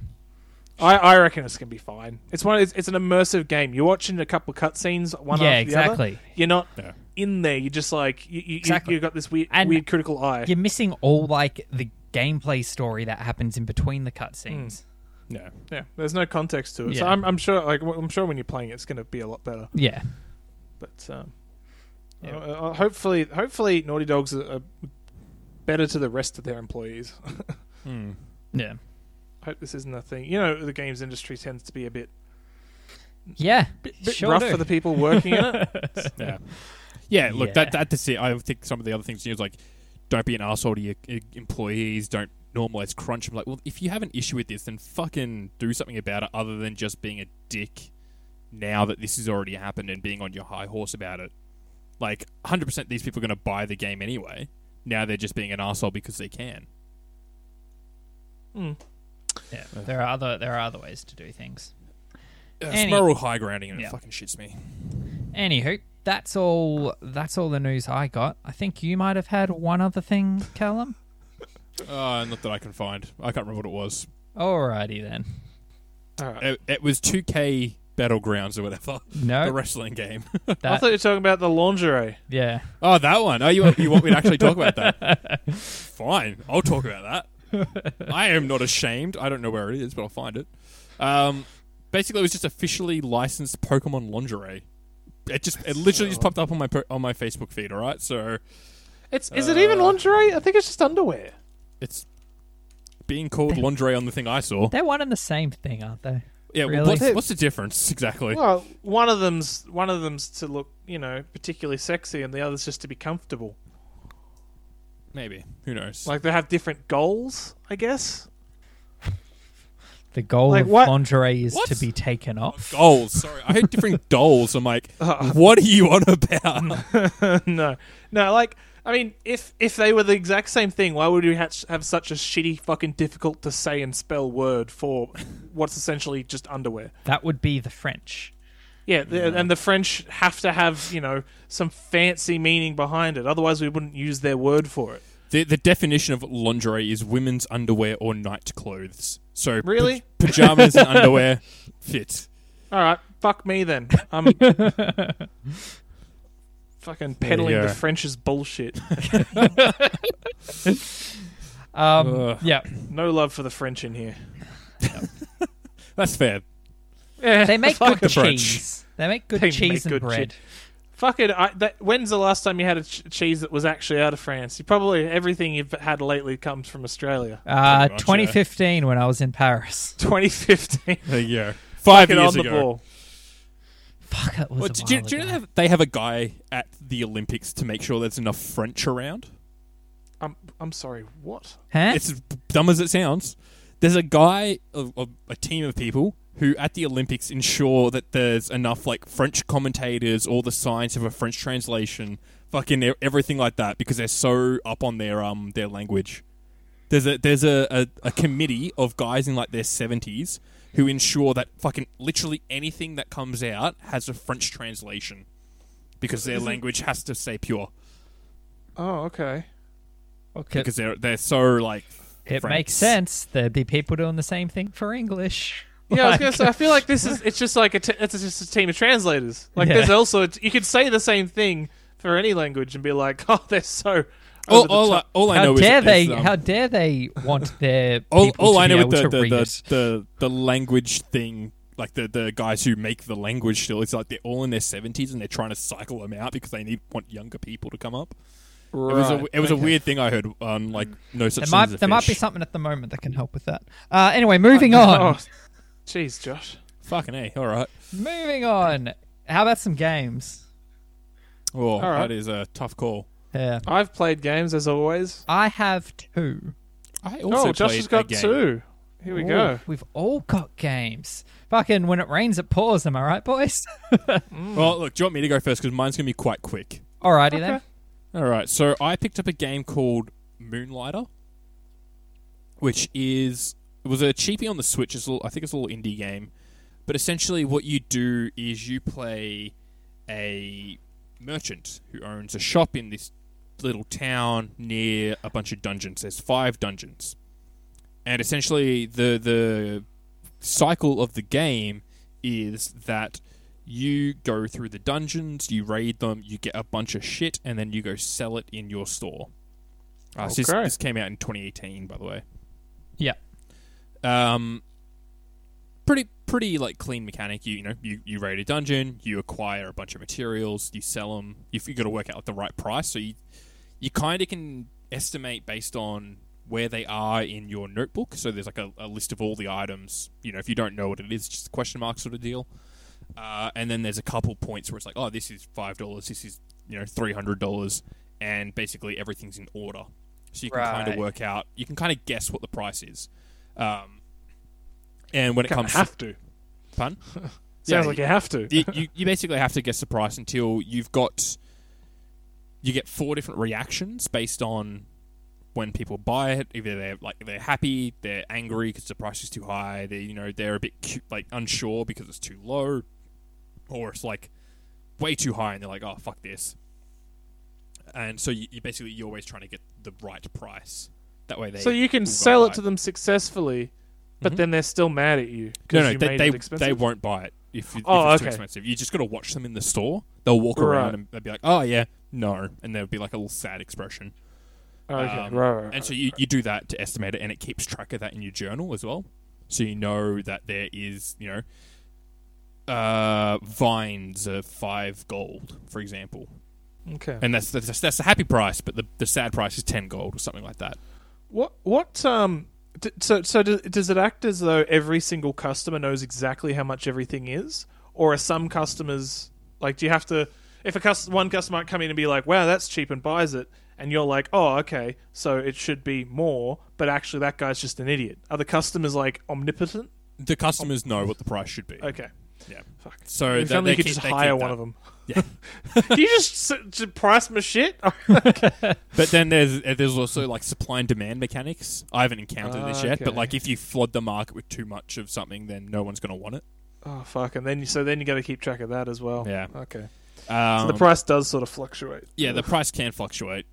Speaker 3: I, I reckon it's gonna be fine. It's one. It's, it's an immersive game. You're watching a couple cutscenes, one
Speaker 1: Yeah,
Speaker 3: after the other.
Speaker 1: exactly.
Speaker 3: You're not
Speaker 2: Yeah.
Speaker 3: in there. You're just like you. you
Speaker 1: Exactly.
Speaker 3: You've got this weird,
Speaker 1: And-
Speaker 3: weird critical eye.
Speaker 1: You're missing all like the gameplay story that happens in between the cutscenes.
Speaker 3: Mm.
Speaker 2: No.
Speaker 3: Yeah, there's no context to it. So
Speaker 1: Yeah.
Speaker 3: I'm, I'm sure, like, w- I'm sure when you're playing, it, it's going to be a lot better.
Speaker 1: Yeah,
Speaker 3: But um,
Speaker 1: Yeah.
Speaker 3: uh, uh, hopefully, hopefully, Naughty Dogs are, are better to the rest of their employees.
Speaker 2: Hmm.
Speaker 1: yeah,
Speaker 3: I hope this isn't a thing. You know, the games industry tends to be a bit,
Speaker 1: yeah.
Speaker 3: bit, bit
Speaker 1: Sure
Speaker 3: rough
Speaker 1: do.
Speaker 3: for the people working in it.
Speaker 2: Yeah. Yeah, look,
Speaker 1: Yeah.
Speaker 2: That, that that's it. I think some of the other things you know, is like, don't be an asshole to your uh, employees. Don't normalize crunch. I'm like, well, if you have an issue with this, then fucking do something about it, other than just being a dick. Now that this has already happened and being on your high horse about it, like 100% these people are going to buy the game anyway. Now they're just being an asshole because they can.
Speaker 1: yeah. There are other there are other ways to do things.
Speaker 2: Uh, it's
Speaker 1: Any-
Speaker 2: moral high grounding and
Speaker 1: Yeah.
Speaker 2: it fucking shits me.
Speaker 1: Anywho, that's all. That's all the news I got. I think you might have had one other thing, Callum.
Speaker 2: Uh, not that I can find. I can't remember what it was.
Speaker 1: Alrighty then.
Speaker 3: All right.
Speaker 2: It, it was 2K Battlegrounds or whatever.
Speaker 1: No.
Speaker 2: The wrestling game.
Speaker 3: I
Speaker 1: That-
Speaker 3: thought you were talking about the lingerie.
Speaker 1: yeah.
Speaker 2: Oh, that one. Oh, you want, you want me to actually talk about that? Fine, I'll talk about that. I am not ashamed. I don't know where it is, but I'll find it. Um, basically, it was just officially licensed Pokemon lingerie. It just it literally just popped up on my per- on my Facebook feed. All right, so
Speaker 3: It's is it
Speaker 1: Uh,
Speaker 3: even lingerie? I think it's just underwear.
Speaker 2: it's being called lingerie on the thing I saw.
Speaker 1: They're one and the same thing, aren't they?
Speaker 2: Yeah, well,
Speaker 1: Really?
Speaker 2: what's, what's the difference exactly?
Speaker 3: Well, one of them's one of them's to look, you know, particularly sexy, and the other's just to be comfortable.
Speaker 2: Maybe who knows?
Speaker 3: Like they have different goals, I guess.
Speaker 1: The goal
Speaker 3: Like,
Speaker 1: of
Speaker 3: what-
Speaker 1: lingerie is
Speaker 2: What?
Speaker 1: to be taken off.
Speaker 2: Goals. Sorry, I had different goals. I'm like,
Speaker 3: Uh-huh.
Speaker 2: what are you on about?
Speaker 3: no, no. Like, I mean, if if they were the exact same thing, why would we ha- have such a shitty, fucking difficult to say and spell word for what's essentially just underwear?
Speaker 1: That would be the French.
Speaker 3: Yeah, the, and the French have to have you know some fancy meaning behind it. Otherwise, we wouldn't use their word for it.
Speaker 2: The, the definition of lingerie is women's underwear or night clothes. So pa-
Speaker 3: Really?
Speaker 2: pajamas and underwear fit.
Speaker 3: All right, fuck me then. I'm fucking peddling
Speaker 2: Yeah.
Speaker 3: the French's bullshit.
Speaker 1: Um,
Speaker 2: Ugh.
Speaker 1: yeah,
Speaker 3: No love for the French in here.
Speaker 2: That's fair.
Speaker 3: Yeah,
Speaker 1: they make
Speaker 3: fuck
Speaker 1: good
Speaker 2: the French.
Speaker 1: cheese. They make good
Speaker 3: They
Speaker 1: cheese
Speaker 3: make
Speaker 1: and
Speaker 3: good
Speaker 1: bread.
Speaker 3: cheese. Fucking, I, that, when's the last time you had a ch- cheese that was actually out of France? You probably everything you've had lately comes from Australia.
Speaker 1: Uh,
Speaker 2: Pretty much,
Speaker 1: 2015 when I was in Paris.
Speaker 3: 2015.
Speaker 2: There you go. Uh, Five
Speaker 3: Get
Speaker 2: years
Speaker 3: on the
Speaker 2: ago.
Speaker 3: ball.
Speaker 1: Fuck, that was
Speaker 2: Well,
Speaker 1: a
Speaker 2: do, do you-
Speaker 1: while
Speaker 2: do you know
Speaker 1: ago.
Speaker 2: they have, they have a guy at the Olympics to make sure there's enough French around?
Speaker 3: I'm I'm sorry. What?
Speaker 1: Huh?
Speaker 2: It's as dumb as it sounds. There's a guy, a, a, a team of people who at the Olympics ensure that there's enough like French commentators, all the science of a French translation, fucking e- everything like that, because they're so up on their um their language. There's a there's a, a, a committee of guys in like their seventies who ensure that fucking literally anything that comes out has a French translation, because their language has to stay pure
Speaker 3: Oh, okay.
Speaker 1: Okay.
Speaker 2: because they're they're so like
Speaker 1: It
Speaker 2: French.
Speaker 1: makes sense. There'd be people doing the same thing for English.
Speaker 3: Yeah, I was
Speaker 1: Like-
Speaker 3: gonna say. I feel like this is. It's just like a. T- it's just a team of translators. Like there's
Speaker 1: Yeah.
Speaker 3: also. you could say the same thing for any language and be like, oh, they're so.
Speaker 2: All,
Speaker 3: over the
Speaker 2: all, I,
Speaker 3: top.
Speaker 2: all I
Speaker 1: Oh, how
Speaker 2: know
Speaker 1: dare
Speaker 2: is,
Speaker 1: they?
Speaker 2: is, um,
Speaker 1: how dare they want their
Speaker 2: all,
Speaker 1: people
Speaker 2: all
Speaker 1: to
Speaker 2: I
Speaker 1: be
Speaker 2: know with
Speaker 1: able
Speaker 2: the
Speaker 1: to
Speaker 2: the,
Speaker 1: read
Speaker 2: the,
Speaker 1: it?
Speaker 2: the the language thing, like the the guys who make the language still, it's like they're all in their seventies and they're trying to cycle them out because they need want younger people to come up. It was a, it was a weird thing I heard on like no such
Speaker 1: Mm. There
Speaker 2: thing
Speaker 1: might
Speaker 2: as a
Speaker 1: there might be
Speaker 2: fish.
Speaker 1: something at the moment that can help with that. Uh, anyway, moving on.
Speaker 3: Oh, Jeez, Josh.
Speaker 2: fucking a. All right,
Speaker 1: Moving on. How about some games?
Speaker 2: oh,
Speaker 3: right.
Speaker 2: that is a tough call.
Speaker 1: Yeah,
Speaker 3: I've played games as always.
Speaker 1: I have two.
Speaker 2: I also
Speaker 3: oh, Josh
Speaker 2: played
Speaker 3: has
Speaker 2: a
Speaker 3: got
Speaker 2: game.
Speaker 3: two. Here we
Speaker 1: Ooh,
Speaker 3: go.
Speaker 1: We've all got games. Fucking when it rains, it pours. Am I right, boys? Mm.
Speaker 2: Well, look, do you want me to go first because mine's gonna be quite quick.
Speaker 1: Alrighty then.
Speaker 2: All right, so I picked up a game called Moonlighter, which is it was a cheapie on the Switch. It's a little, I think it's a little indie game, but essentially what you do is you play a merchant who owns a shop in this little town near a bunch of dungeons. There's five dungeons, and essentially the the cycle of the game is that you go through the dungeons, you raid them, you get a bunch of shit, and then you go sell it in your store. Uh, so this,
Speaker 3: Okay.
Speaker 2: this came out in 2018, by the way.
Speaker 1: Yeah.
Speaker 2: Um, pretty pretty like clean mechanic. You you know you, you raid a dungeon, you acquire a bunch of materials, you sell them. You you got to work out like, the right price. So you you kind of can estimate based on where they are in your notebook. So there's like a, a list of all the items. You know if you don't know what it is, just a question mark sort of deal. Uh, and then there's a couple points where it's like, oh, this is five dollars, this is you know three hundred dollars, and basically everything's in order. So you can kind of
Speaker 1: Right.
Speaker 2: work out, you can kind of guess what the price is. Um, and when it
Speaker 3: Kinda
Speaker 2: comes
Speaker 3: have to.
Speaker 2: to pun,
Speaker 3: Sounds like you have to.
Speaker 2: you, you you basically have to guess the price until you've got you get four different reactions based on when people buy it. Either they're like they're happy, they're angry because the price is too high. They you know they're a bit cu- like unsure because it's too low, or it's like way too high, and they're like, oh fuck this. And so you, you basically you're always trying to get the right price. That way they
Speaker 3: so you can
Speaker 2: will go
Speaker 3: sell
Speaker 2: buy
Speaker 3: it to them successfully, but then they're still mad at you
Speaker 2: No,
Speaker 3: because
Speaker 2: no,
Speaker 3: you
Speaker 2: they
Speaker 3: made
Speaker 2: they, um,
Speaker 3: it expensive.
Speaker 2: they won't buy it if, you,
Speaker 3: Oh,
Speaker 2: if it's too
Speaker 3: okay.
Speaker 2: expensive. You just got to watch them in the store. They'll walk
Speaker 3: Right.
Speaker 2: around and they'll be like, "Oh yeah, no," and there'll be like a little sad expression.
Speaker 3: Okay,
Speaker 2: Um,
Speaker 3: right, right, right.
Speaker 2: And so you, you do that to estimate it, and it keeps track of that in your journal as well, so you know that there is you know uh, vines of five gold, for example,
Speaker 3: Okay.
Speaker 2: and that's that's, that's the happy price, but the, the sad price is ten gold or something like that.
Speaker 3: What what um d- so so do, does it act as though every single customer knows exactly how much everything is or are some customers like do you have to if a cus- one customer might come in and be like wow that's cheap and buys it and you're like oh okay so it should be more but actually that guy's just an idiot are the customers like omnipotent
Speaker 2: The customers know what the price should be.
Speaker 3: okay
Speaker 2: Yeah.
Speaker 3: fuck
Speaker 2: So
Speaker 3: if
Speaker 2: they,
Speaker 3: only
Speaker 2: they
Speaker 3: you could
Speaker 2: keep-
Speaker 3: just
Speaker 2: they
Speaker 3: hire
Speaker 2: keep
Speaker 3: one
Speaker 2: that.
Speaker 3: of them
Speaker 2: Yeah.
Speaker 3: do you just, s- just price my shit
Speaker 2: But then there's uh, there's also like supply and demand mechanics. I haven't encountered this yet, but
Speaker 3: Ah, Okay.
Speaker 2: like if you flood the market with too much of something, then no one's going to want it.
Speaker 3: oh fuck and then you so then you got to keep track of that as well
Speaker 2: Yeah.
Speaker 3: okay Oh. so
Speaker 2: Um,
Speaker 3: the price does sort of fluctuate
Speaker 2: yeah, the price can fluctuate,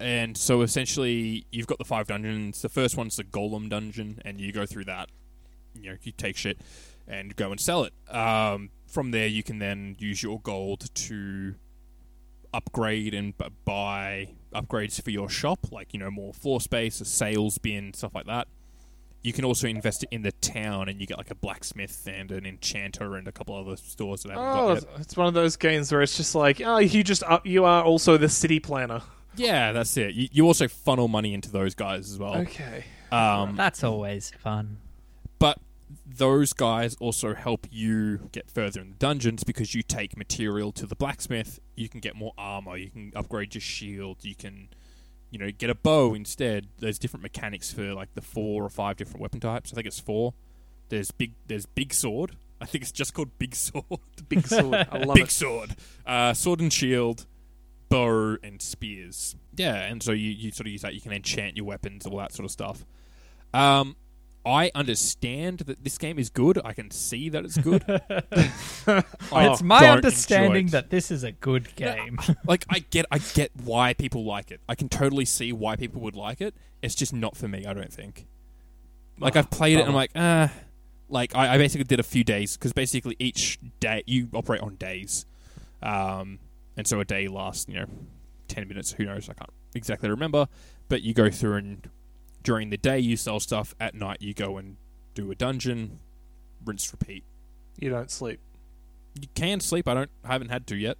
Speaker 2: and so essentially you've got the five dungeons. The first one's the Golem dungeon, and you go through that. You know, you take shit and go and sell it. Um, from there, you can then use your gold to upgrade and b- buy upgrades for your shop, like you know more floor space, a sales bin, stuff like that. You can also invest it in the town, and you get like a blacksmith and an enchanter and a couple other stores that I haven't
Speaker 3: Oh,
Speaker 2: got yet.
Speaker 3: it's- it's one of those games where it's just like, oh, you just up, you are also the city planner.
Speaker 2: Yeah, that's it. You, you also funnel money into those guys as well.
Speaker 3: Okay.
Speaker 2: Um,
Speaker 1: That's always fun.
Speaker 2: but those guys also help you get further in the dungeons because you take material to the blacksmith. You can get more armor. You can upgrade your shield. You can, you know, get a bow instead. There's different mechanics for like the four or five different weapon types. I think it's four. There's big. There's big sword. I think it's just called big sword.
Speaker 3: The big sword. I love
Speaker 2: big
Speaker 3: it.
Speaker 2: sword, uh, sword and shield, bow and spears. Yeah, and so you, you sort of use that. You can enchant your weapons, all that sort of stuff. Um, I understand that this game is good. I can see that it's good. I
Speaker 3: Oh,
Speaker 1: it's my
Speaker 2: Oh, don't
Speaker 1: understanding
Speaker 2: enjoy it.
Speaker 1: that this is a good game.
Speaker 2: like I get, I get why people like it. I can totally see why people would like it. It's just not for me. I don't think. Like I've played it, and I'm like, uh like I, I basically did a few days because basically each day you operate on days, um, and so a day lasts you know ten minutes. Who knows? I can't exactly remember, but you go through and during the day you sell stuff. At night you go and do a dungeon, rinse, repeat.
Speaker 3: You don't sleep.
Speaker 2: You can sleep. I don't. I haven't had to yet.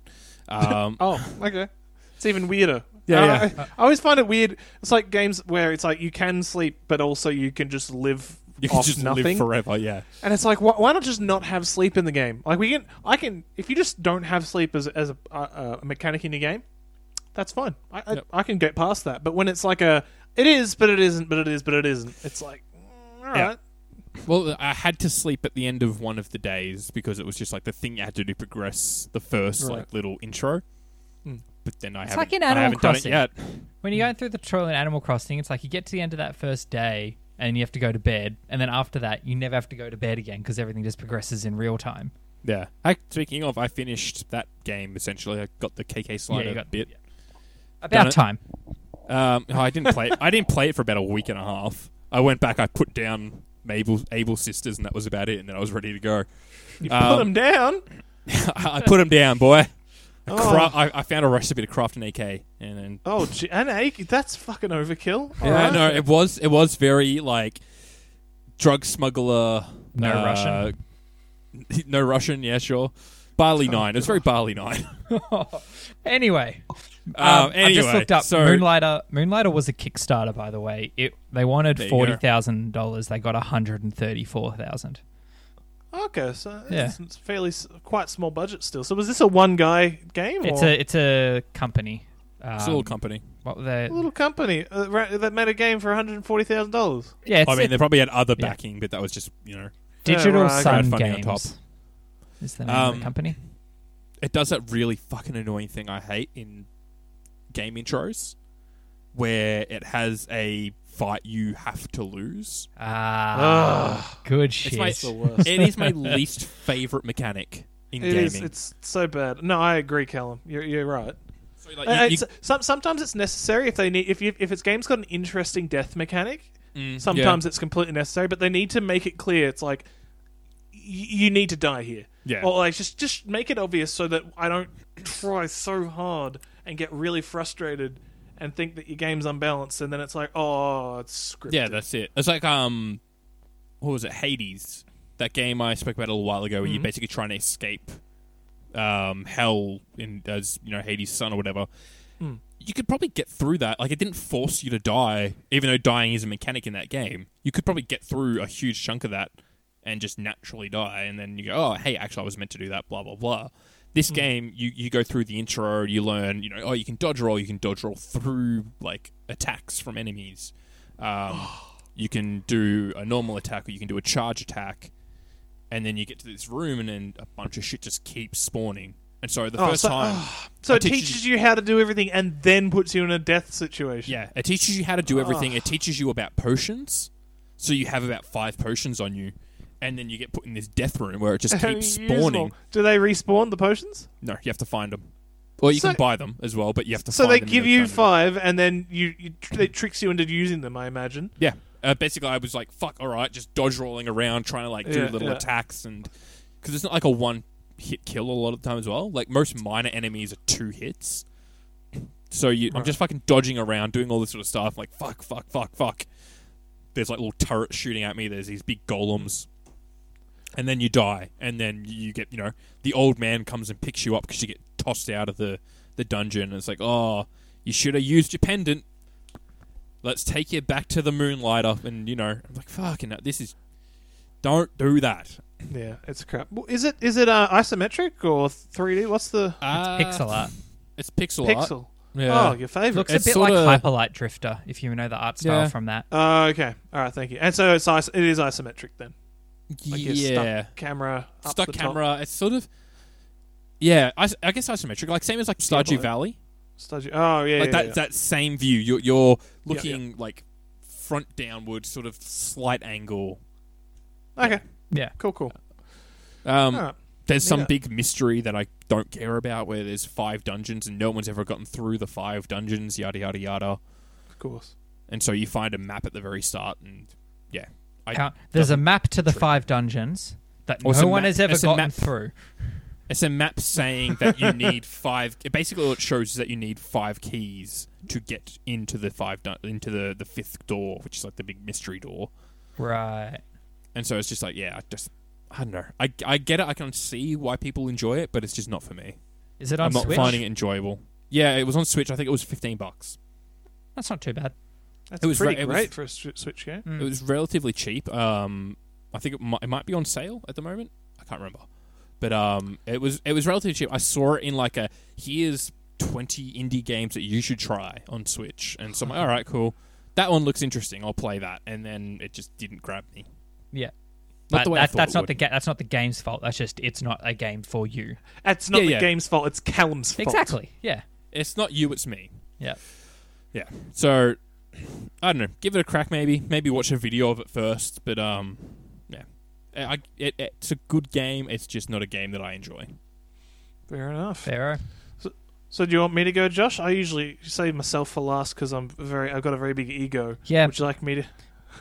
Speaker 2: Um,
Speaker 3: Oh, okay. It's even weirder.
Speaker 2: Yeah,
Speaker 3: Uh,
Speaker 2: yeah.
Speaker 3: I, I always find it weird. It's like games where it's like you can sleep, but also you can just live
Speaker 2: you can
Speaker 3: off
Speaker 2: just
Speaker 3: nothing.
Speaker 2: live forever. Yeah.
Speaker 3: And it's like, wh- why not just not have sleep in the game? Like we can, I can. If you just don't have sleep as as a, uh, a mechanic in your game, that's fine. I, I,
Speaker 2: Yep.
Speaker 3: I can get past that. But when it's like a, it is, but it isn't, but it is, but it isn't. It's like, mm, all right,
Speaker 2: Yeah. Well, I had to sleep at the end of one of the days because it was just like the thing you had to do to progress the first
Speaker 3: Right.
Speaker 2: like little intro. But then
Speaker 1: Hmm.
Speaker 2: I
Speaker 1: It's
Speaker 2: haven't,
Speaker 1: like in
Speaker 2: I
Speaker 1: Animal
Speaker 2: haven't
Speaker 1: Crossing.
Speaker 2: done it yet.
Speaker 1: When you're going through the tutorial in Animal Crossing, it's like you get to the end of that first day and you have to go to bed, and then after that, you never have to go to bed again because everything just progresses in real time.
Speaker 2: Yeah. I, speaking of, I finished that game essentially. I got the KK slider
Speaker 1: you got-
Speaker 2: bit. Done
Speaker 1: About
Speaker 2: it.
Speaker 1: time.
Speaker 2: Um, I didn't play. It. I didn't play it for about a week and a half. I went back. I put down Mabel Abel sisters, and that was about it. And then I was ready to go.
Speaker 3: You
Speaker 2: Um,
Speaker 3: put him down.
Speaker 2: I put him down, boy. I,
Speaker 3: Oh.
Speaker 2: cra- I, I found a recipe to craft an AK, and then
Speaker 3: Oh, gee, and Ake, that's fucking overkill. All
Speaker 2: yeah,
Speaker 3: right.
Speaker 2: no, it was it was very like drug smuggler, uh,
Speaker 1: No Russian?
Speaker 2: no Russian. Yeah, sure. Barley nine. It's very barley nine.
Speaker 1: Anyway,
Speaker 2: Um,
Speaker 1: I just
Speaker 2: anyway,
Speaker 1: looked up
Speaker 2: so-
Speaker 1: Moonlighter. Moonlighter was a Kickstarter, by the way. It they wanted
Speaker 2: There you go.
Speaker 1: forty thousand dollars. They got one hundred and thirty-four thousand.
Speaker 3: Okay, so
Speaker 1: Yeah.
Speaker 3: it's, it's fairly s- quite small budget still. So was this a one guy game?
Speaker 1: It's
Speaker 3: or
Speaker 1: a it's a company. Um,
Speaker 2: it's a little company.
Speaker 1: What were they?
Speaker 3: a little company uh, ra- that made a game for one hundred forty thousand dollars.
Speaker 1: Yeah, it's
Speaker 2: I mean,
Speaker 1: a
Speaker 2: they probably had other
Speaker 1: yeah.
Speaker 2: backing, but that was just you know.
Speaker 1: Digital
Speaker 3: Yeah, right,
Speaker 1: Sun
Speaker 2: crowdfunding on
Speaker 1: Games.
Speaker 2: top.
Speaker 1: Is the name of
Speaker 2: Um,
Speaker 1: the company?
Speaker 2: It does that really fucking annoying thing I hate in game intros, where it has a fight you have to lose.
Speaker 1: Ah, good
Speaker 2: It's
Speaker 1: shit.
Speaker 2: my, it is my least favorite mechanic in
Speaker 3: It
Speaker 2: gaming.
Speaker 3: is. It's so bad. No, I agree, Callum. You're, you're right.
Speaker 2: So, like,
Speaker 3: Uh,
Speaker 2: you- you-
Speaker 3: it's- some, sometimes it's necessary if they need if you, if its game's got an interesting death mechanic.
Speaker 2: Mm,
Speaker 3: Sometimes it's completely necessary, but they need to make it clear. It's like y- you need to die here,
Speaker 2: Yeah.
Speaker 3: or like just just make it obvious so that I don't try so hard and get really frustrated and think that your game's unbalanced, and then it's like oh, it's scripted.
Speaker 2: Yeah, that's it. It's like um, what was it? Hades, that game I spoke about a little while ago, where you're basically trying to escape um hell in as you know Hades' son or whatever. You could probably get through that. Like it didn't force you to die, even though dying is a mechanic in that game. You could probably get through a huge chunk of that and just naturally die, and then you go, oh hey, actually I was meant to do that. Blah blah blah.
Speaker 3: Hmm.
Speaker 2: This game, you, you go through the intro, you learn, you know, oh, you can dodge roll, you can dodge roll through like attacks from enemies. Um, you can do a normal attack or you can do a charge attack, and then you get to this room and then a bunch of shit just keeps spawning. And so the
Speaker 3: Oh,
Speaker 2: first
Speaker 3: so-
Speaker 2: time,
Speaker 3: So
Speaker 2: I
Speaker 3: it
Speaker 2: teach you-
Speaker 3: teaches you how to do everything, and then puts you in a death situation.
Speaker 2: yeah, it teaches you how to do everything. It teaches you about potions, so you have about five potions on you, and then you get put in this death room where it just keeps
Speaker 3: Use them.
Speaker 2: spawning.
Speaker 3: Do they respawn the potions?
Speaker 2: No, you have to find them, or you
Speaker 3: So-
Speaker 2: can buy them as well, but you have to.
Speaker 3: So
Speaker 2: find
Speaker 3: they
Speaker 2: them and
Speaker 3: give
Speaker 2: then
Speaker 3: you
Speaker 2: find them.
Speaker 3: five, and then you, you tr- they tricks you into using them. I imagine.
Speaker 2: Yeah. Uh, basically, I was like, "Fuck, all right," just dodge rolling around, trying to like do
Speaker 3: Yeah,
Speaker 2: little
Speaker 3: yeah.
Speaker 2: attacks, and because it's not like a one hit kill a lot of the time as well. Like most minor enemies are two hits, so you, I'm just fucking dodging around, doing all this sort of stuff. Like fuck, fuck, fuck, fuck. There's like little turrets shooting at me. There's these big golems, and then you die, and then you get you know the old man comes and picks you up because you get tossed out of the the dungeon. And it's like, oh, you should have used your pendant let's take you back to the moonlighter and you know i'm like fucking hell, this is don't do that
Speaker 3: Yeah, it's crap. Well, Is it is it uh, isometric or 3D? What's the
Speaker 2: uh,
Speaker 1: Pixel art.
Speaker 2: it's pixel art.
Speaker 3: pixel?
Speaker 2: yeah
Speaker 3: Oh, your favorite.
Speaker 1: Looks
Speaker 2: it's
Speaker 1: a bit like
Speaker 2: sorta-
Speaker 1: Hyperlight Drifter, if you know the art style
Speaker 2: Yeah.
Speaker 1: from that.
Speaker 3: Uh, okay, all right, thank you. And so it's is- it is isometric then. Like you're
Speaker 2: yeah
Speaker 3: stuck camera, up
Speaker 2: stuck
Speaker 3: the top.
Speaker 2: camera it's sort of yeah I, I guess isometric like same as like stardew
Speaker 3: but-
Speaker 2: valley
Speaker 3: Study- Oh yeah,
Speaker 2: like
Speaker 3: yeah,
Speaker 2: that
Speaker 3: yeah.
Speaker 2: that same view you're, you're looking like front downward sort of slight angle
Speaker 3: okay,
Speaker 1: Yeah.
Speaker 3: cool, cool.
Speaker 2: um
Speaker 3: all right.
Speaker 2: there's some
Speaker 3: Ah, Yeah.
Speaker 2: big mystery that I don't care about where there's five dungeons and no one's ever gotten through the five dungeons yada yada yada
Speaker 3: Of course.
Speaker 2: and so you find a map at the very start and yeah I,
Speaker 1: Count- There's a map to the five dungeons that
Speaker 2: Or it's
Speaker 1: no
Speaker 2: a
Speaker 1: one
Speaker 2: map-
Speaker 1: has ever
Speaker 2: it's a
Speaker 1: gotten
Speaker 2: map-
Speaker 1: through.
Speaker 2: it's a map saying that you need five it basically all it shows is that you need five keys to get into the five dun- into the, the fifth door which is like the big mystery door
Speaker 1: Right.
Speaker 2: and so it's just like yeah I just I don't know I, I get it I can see why people enjoy it but it's just not for me
Speaker 1: Is it on
Speaker 2: I'm not
Speaker 1: Switch?
Speaker 2: finding it enjoyable yeah it was on Switch I think it was 15 bucks
Speaker 1: That's not too bad.
Speaker 3: That's
Speaker 2: It was
Speaker 3: pretty
Speaker 2: re- it was-
Speaker 3: great for a Swi- Switch game.
Speaker 1: Mm.
Speaker 2: it was relatively cheap um I think it might, it might be on sale at the moment I can't remember but um, it was it was relatively cheap. I saw it in like a here's twenty indie games that you should try on Switch, and so I'm like, all right, cool. That one looks interesting. I'll play that, and then it just didn't grab me.
Speaker 1: Yeah.
Speaker 2: Not
Speaker 1: But
Speaker 2: the way I
Speaker 1: that,
Speaker 2: thought
Speaker 1: that's
Speaker 2: it
Speaker 1: not
Speaker 2: would.
Speaker 1: the ga- that's not the game's fault. That's just it's not a game for you.
Speaker 3: That's not
Speaker 2: Yeah,
Speaker 3: the
Speaker 2: yeah.
Speaker 3: game's fault. It's Callum's fault.
Speaker 1: Exactly. Yeah.
Speaker 2: It's not you, it's me.
Speaker 1: Yeah.
Speaker 2: Yeah. So I don't know. Give it a crack, maybe. Maybe watch a video of it first. But um, yeah. I, I- it, it's a good game. It's just not a game that I enjoy.
Speaker 3: Fair enough.
Speaker 1: Pharaoh.
Speaker 3: So do you want me to go, Josh? I usually save myself for last because I'm very I've got a very big ego.
Speaker 1: Yeah.
Speaker 3: Would you like me to?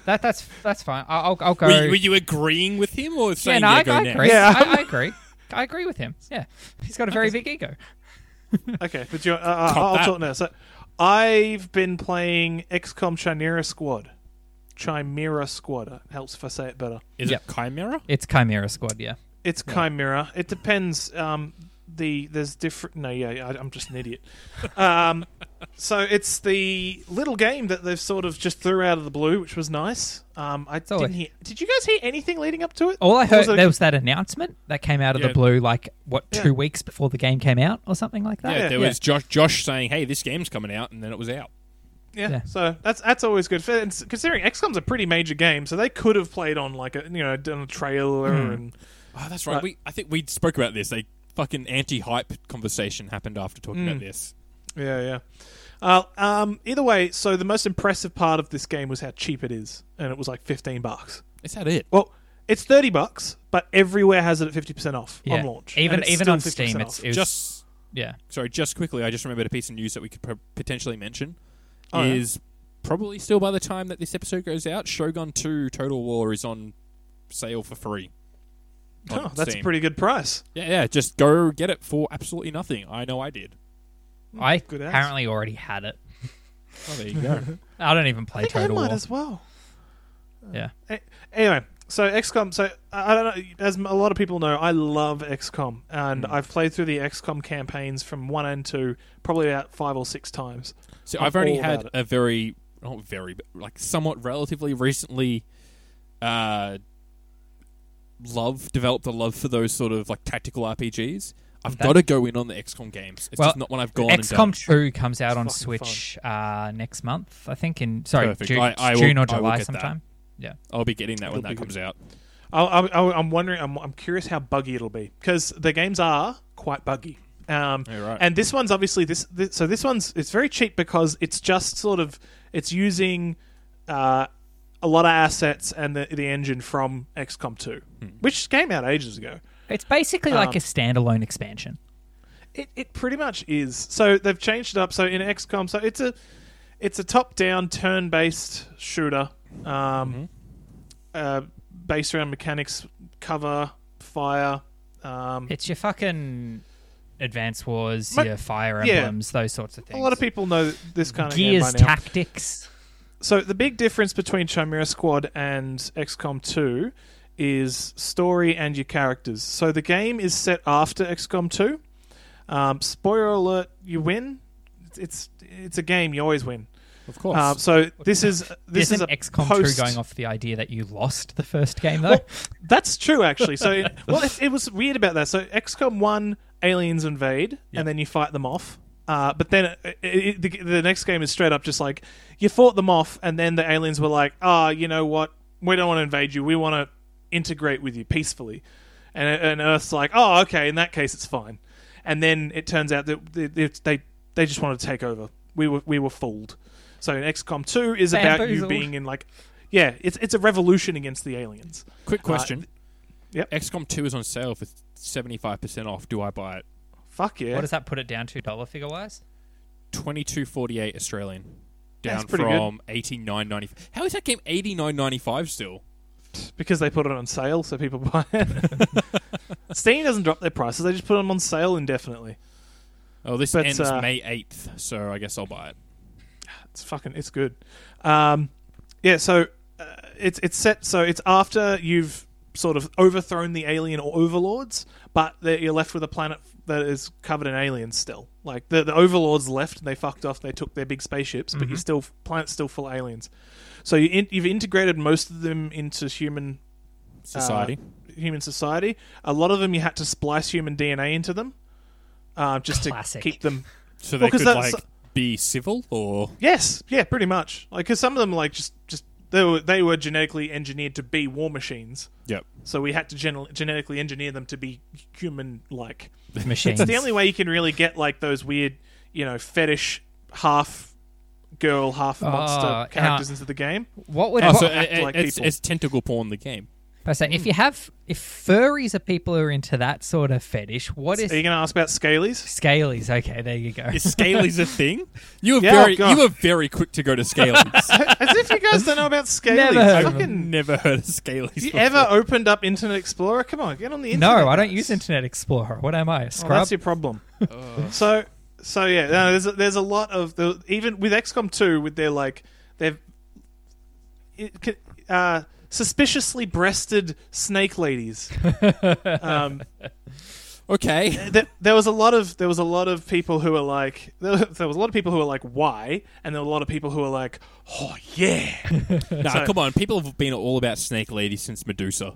Speaker 1: That that's that's fine. I'll I'll, I'll go.
Speaker 2: Were you, were you agreeing with him or
Speaker 1: yeah,
Speaker 2: saying
Speaker 1: no,
Speaker 2: yeah,
Speaker 1: I,
Speaker 2: go
Speaker 1: I
Speaker 2: next?
Speaker 1: agree.
Speaker 3: Yeah.
Speaker 1: I, I agree. I agree with him. Yeah, he's got a very big ego.
Speaker 3: Okay, but you, uh, uh,
Speaker 2: Cop
Speaker 3: I'll
Speaker 2: that.
Speaker 3: talk now. So, I've been playing XCOM Chimera Squad. Chimera Squad uh, helps if I say it better.
Speaker 2: Is
Speaker 1: Yep.
Speaker 2: it Chimera?
Speaker 1: It's Chimera Squad. Yeah.
Speaker 3: It's Chimera. It depends. Um, the there's different. No, yeah, yeah, I, I'm just an idiot. um, so it's the little game that they've sort of just threw out of the blue, which was nice. Um, I
Speaker 1: always-
Speaker 3: didn't hear. Did you guys hear anything leading up to it?
Speaker 1: All I
Speaker 3: Or
Speaker 1: heard
Speaker 3: was it a-
Speaker 1: there was that announcement that came out of the
Speaker 2: Yeah.
Speaker 1: blue, like what
Speaker 3: Yeah.
Speaker 1: two weeks before the game came out, or something like that.
Speaker 2: Yeah, there
Speaker 1: yeah.
Speaker 2: was Josh, Josh saying, "Hey, this game's coming out," and then it was out.
Speaker 3: Yeah,
Speaker 1: Yeah.
Speaker 3: so that's that's always good. And s- considering XCOM's a pretty major game, so they could have played on like a you know done a trailer
Speaker 1: Hmm.
Speaker 3: and
Speaker 2: Oh, that's right.
Speaker 3: Right.
Speaker 2: We I think we spoke about this. They fucking anti-hype conversation happened after talking about
Speaker 1: Mm.
Speaker 2: this.
Speaker 3: yeah, yeah. Uh, um, either way, so the most impressive part of this game was how cheap it is, and it was like fifteen bucks.
Speaker 2: Is that it?
Speaker 3: Well, it's thirty bucks, but everywhere has it at fifty percent off
Speaker 1: Yeah.
Speaker 3: on launch.
Speaker 1: Even
Speaker 3: And it's
Speaker 1: even
Speaker 3: still
Speaker 1: on
Speaker 3: 50%
Speaker 1: Steam,
Speaker 3: off.
Speaker 1: it's it was,
Speaker 2: just
Speaker 1: yeah.
Speaker 2: sorry, just quickly. I just remembered a piece of news that we could pro- potentially mention
Speaker 3: Oh, yeah.
Speaker 2: is probably still by the time that this episode goes out, Shogun Two Total War is on sale for free. on
Speaker 3: oh, that's a
Speaker 2: Steam.
Speaker 3: pretty good price.
Speaker 2: yeah yeah. Just go get it for absolutely nothing. I know I did.
Speaker 1: I
Speaker 3: Hmm, good ass.
Speaker 1: apparently already had it.
Speaker 2: Oh, there you go.
Speaker 1: I don't even play
Speaker 3: I think I
Speaker 1: Total
Speaker 3: might
Speaker 1: War.
Speaker 3: as well.
Speaker 1: Yeah.
Speaker 3: A- anyway, so XCOM. So I I don't know. As a lot of people know, I love XCOM, and
Speaker 1: Hmm.
Speaker 3: I've played through the XCOM campaigns from one and two, probably about five or six times.
Speaker 2: So
Speaker 3: I'm
Speaker 2: I've only
Speaker 3: all
Speaker 2: had
Speaker 3: about
Speaker 2: a very not very but like somewhat relatively recently uh love developed a love for those sort of like tactical RPGs. I've
Speaker 1: That-
Speaker 2: got to go in on the XCOM games. It's
Speaker 1: Well,
Speaker 2: just not one I've gone and
Speaker 1: XCOM
Speaker 2: done.
Speaker 1: 2 comes out on
Speaker 3: fucking
Speaker 1: Switch uh, next month, I think. In sorry,
Speaker 2: Perfect.
Speaker 1: June,
Speaker 2: I- I will-
Speaker 1: June or
Speaker 2: I will
Speaker 1: July
Speaker 2: get that.
Speaker 1: sometime.
Speaker 2: I'll be getting that when
Speaker 3: It'll
Speaker 2: that
Speaker 3: be good.
Speaker 2: comes out.
Speaker 3: I, I, I, I'm wondering. I'm, I'm curious how buggy it'll be because the games are quite buggy. Um,
Speaker 2: Yeah, right.
Speaker 3: And this one's obviously this, this. So this one's it's very cheap because it's just sort of it's using uh, a lot of assets and the the engine from XCOM 2,
Speaker 2: Hmm.
Speaker 3: which came out ages ago.
Speaker 1: It's basically like
Speaker 3: Um,
Speaker 1: a standalone expansion.
Speaker 3: It, it pretty much is. So they've changed it up. So in XCOM, so it's a it's a top down turn based shooter, um, uh, based around mechanics, cover, fire. Um,
Speaker 1: It's your fucking Advance Wars,
Speaker 3: Ma-
Speaker 1: your Fire
Speaker 3: yeah.
Speaker 1: Emblems, those sorts of things.
Speaker 3: a lot of people know this kind of
Speaker 1: Gears
Speaker 3: game by now.
Speaker 1: Tactics.
Speaker 3: so the big difference between Chimera Squad and XCOM 2 is story and your characters. So the game is set after XCOM 2. Um, spoiler alert: you win. It's it's a game. You always win.
Speaker 2: Of course.
Speaker 3: Uh, so this is this
Speaker 1: Isn't
Speaker 3: is a
Speaker 1: XCOM
Speaker 3: post-
Speaker 1: 2 going off the idea that you lost the first game though?
Speaker 3: Well, that's true, actually. So, it, well, it, it was weird about that. So, XCOM one, aliens invade, and then you fight them off. Uh, but then it, it, it, the, the next game is straight up just like you fought them off, and then the aliens were like, "Ah, you know what? We don't want to invade you. We want to integrate with you peacefully." And, and Earth's like, "Oh, okay. In that case, it's fine." And then it turns out that they they, they just want to take over. We were we were fooled. So, XCOM two is about you
Speaker 1: Bamboozled.
Speaker 3: being in like, yeah, it's it's a revolution against the aliens.
Speaker 2: Quick question.
Speaker 3: yep.
Speaker 2: XCOM 2 is on sale for 75% off. Do I buy it?
Speaker 3: Fuck yeah.
Speaker 1: What does that put it down to dollar figure wise?
Speaker 2: 22.48 Australian.
Speaker 3: That's
Speaker 2: Down
Speaker 3: pretty good.
Speaker 2: from 89.95. How is that game 89.95 still?
Speaker 3: because they put it on sale, so people buy it. Steam doesn't drop their prices; they just put them on sale indefinitely.
Speaker 2: Oh, this
Speaker 3: But,
Speaker 2: ends
Speaker 3: uh,
Speaker 2: May 8th, so I guess I'll buy it.
Speaker 3: It's fucking, it's good. Um, yeah, so uh, it's it's set. So it's after you've sort of overthrown the alien or overlords, but that you're left with a planet that is covered in aliens still. Like the the overlords left, they fucked off, they took their big spaceships, but you still planet's still full of aliens. So you in, you've integrated most of them into human
Speaker 2: Society.
Speaker 3: uh, human society. A lot of them you had to splice human DNA into them, uh, just
Speaker 1: Classic.
Speaker 3: to keep them.
Speaker 2: So
Speaker 3: Well,
Speaker 2: they
Speaker 3: 'cause
Speaker 2: could
Speaker 3: that's-
Speaker 2: like be civil, or
Speaker 3: Yes, yeah, pretty much. Like, because some of them like just just they were they were genetically engineered to be war machines,
Speaker 2: yep,
Speaker 3: so we had to gen- genetically engineer them to be human like.
Speaker 1: Machines.
Speaker 3: It's the only way you can really get like those weird, you know, fetish half girl, half monster
Speaker 1: Oh,
Speaker 3: characters
Speaker 1: now-
Speaker 3: into the game.
Speaker 1: What would
Speaker 2: oh,
Speaker 1: what-
Speaker 2: so
Speaker 3: act
Speaker 2: it-
Speaker 3: like
Speaker 2: it's,
Speaker 3: people.
Speaker 2: it's tentacle porn the game.
Speaker 1: But I say, if you have, if furries are people who are into that sort of fetish, what is
Speaker 3: Are you going to ask about scalies?
Speaker 1: scalies? Okay, there you go.
Speaker 2: Is Scalies a thing? You were
Speaker 3: Yeah,
Speaker 2: very,
Speaker 3: oh, God.
Speaker 2: you were very quick to go to Scalies.
Speaker 3: As if you guys don't know about scalies.
Speaker 1: Never heard of
Speaker 3: Fucking,
Speaker 2: Never heard of Scalies.
Speaker 3: you
Speaker 2: before.
Speaker 3: ever opened up Internet Explorer? Come on, get on the internet.
Speaker 1: no, I don't
Speaker 3: guys.
Speaker 1: use Internet Explorer. What am I? a
Speaker 3: Well,
Speaker 1: Scrub?
Speaker 3: Oh, that's your problem. so, so yeah, no, there's a, there's a lot of the, even with XCOM 2 with their like they've it, c- uh, suspiciously breasted snake ladies. um,
Speaker 2: Okay.
Speaker 3: there, there was a lot of there was a lot of people who were like there, there was a lot of people who were like why, and there were a lot of people who were like oh yeah.
Speaker 2: Nah,
Speaker 3: So-
Speaker 2: come on. People have been all about Snake Lady since Medusa.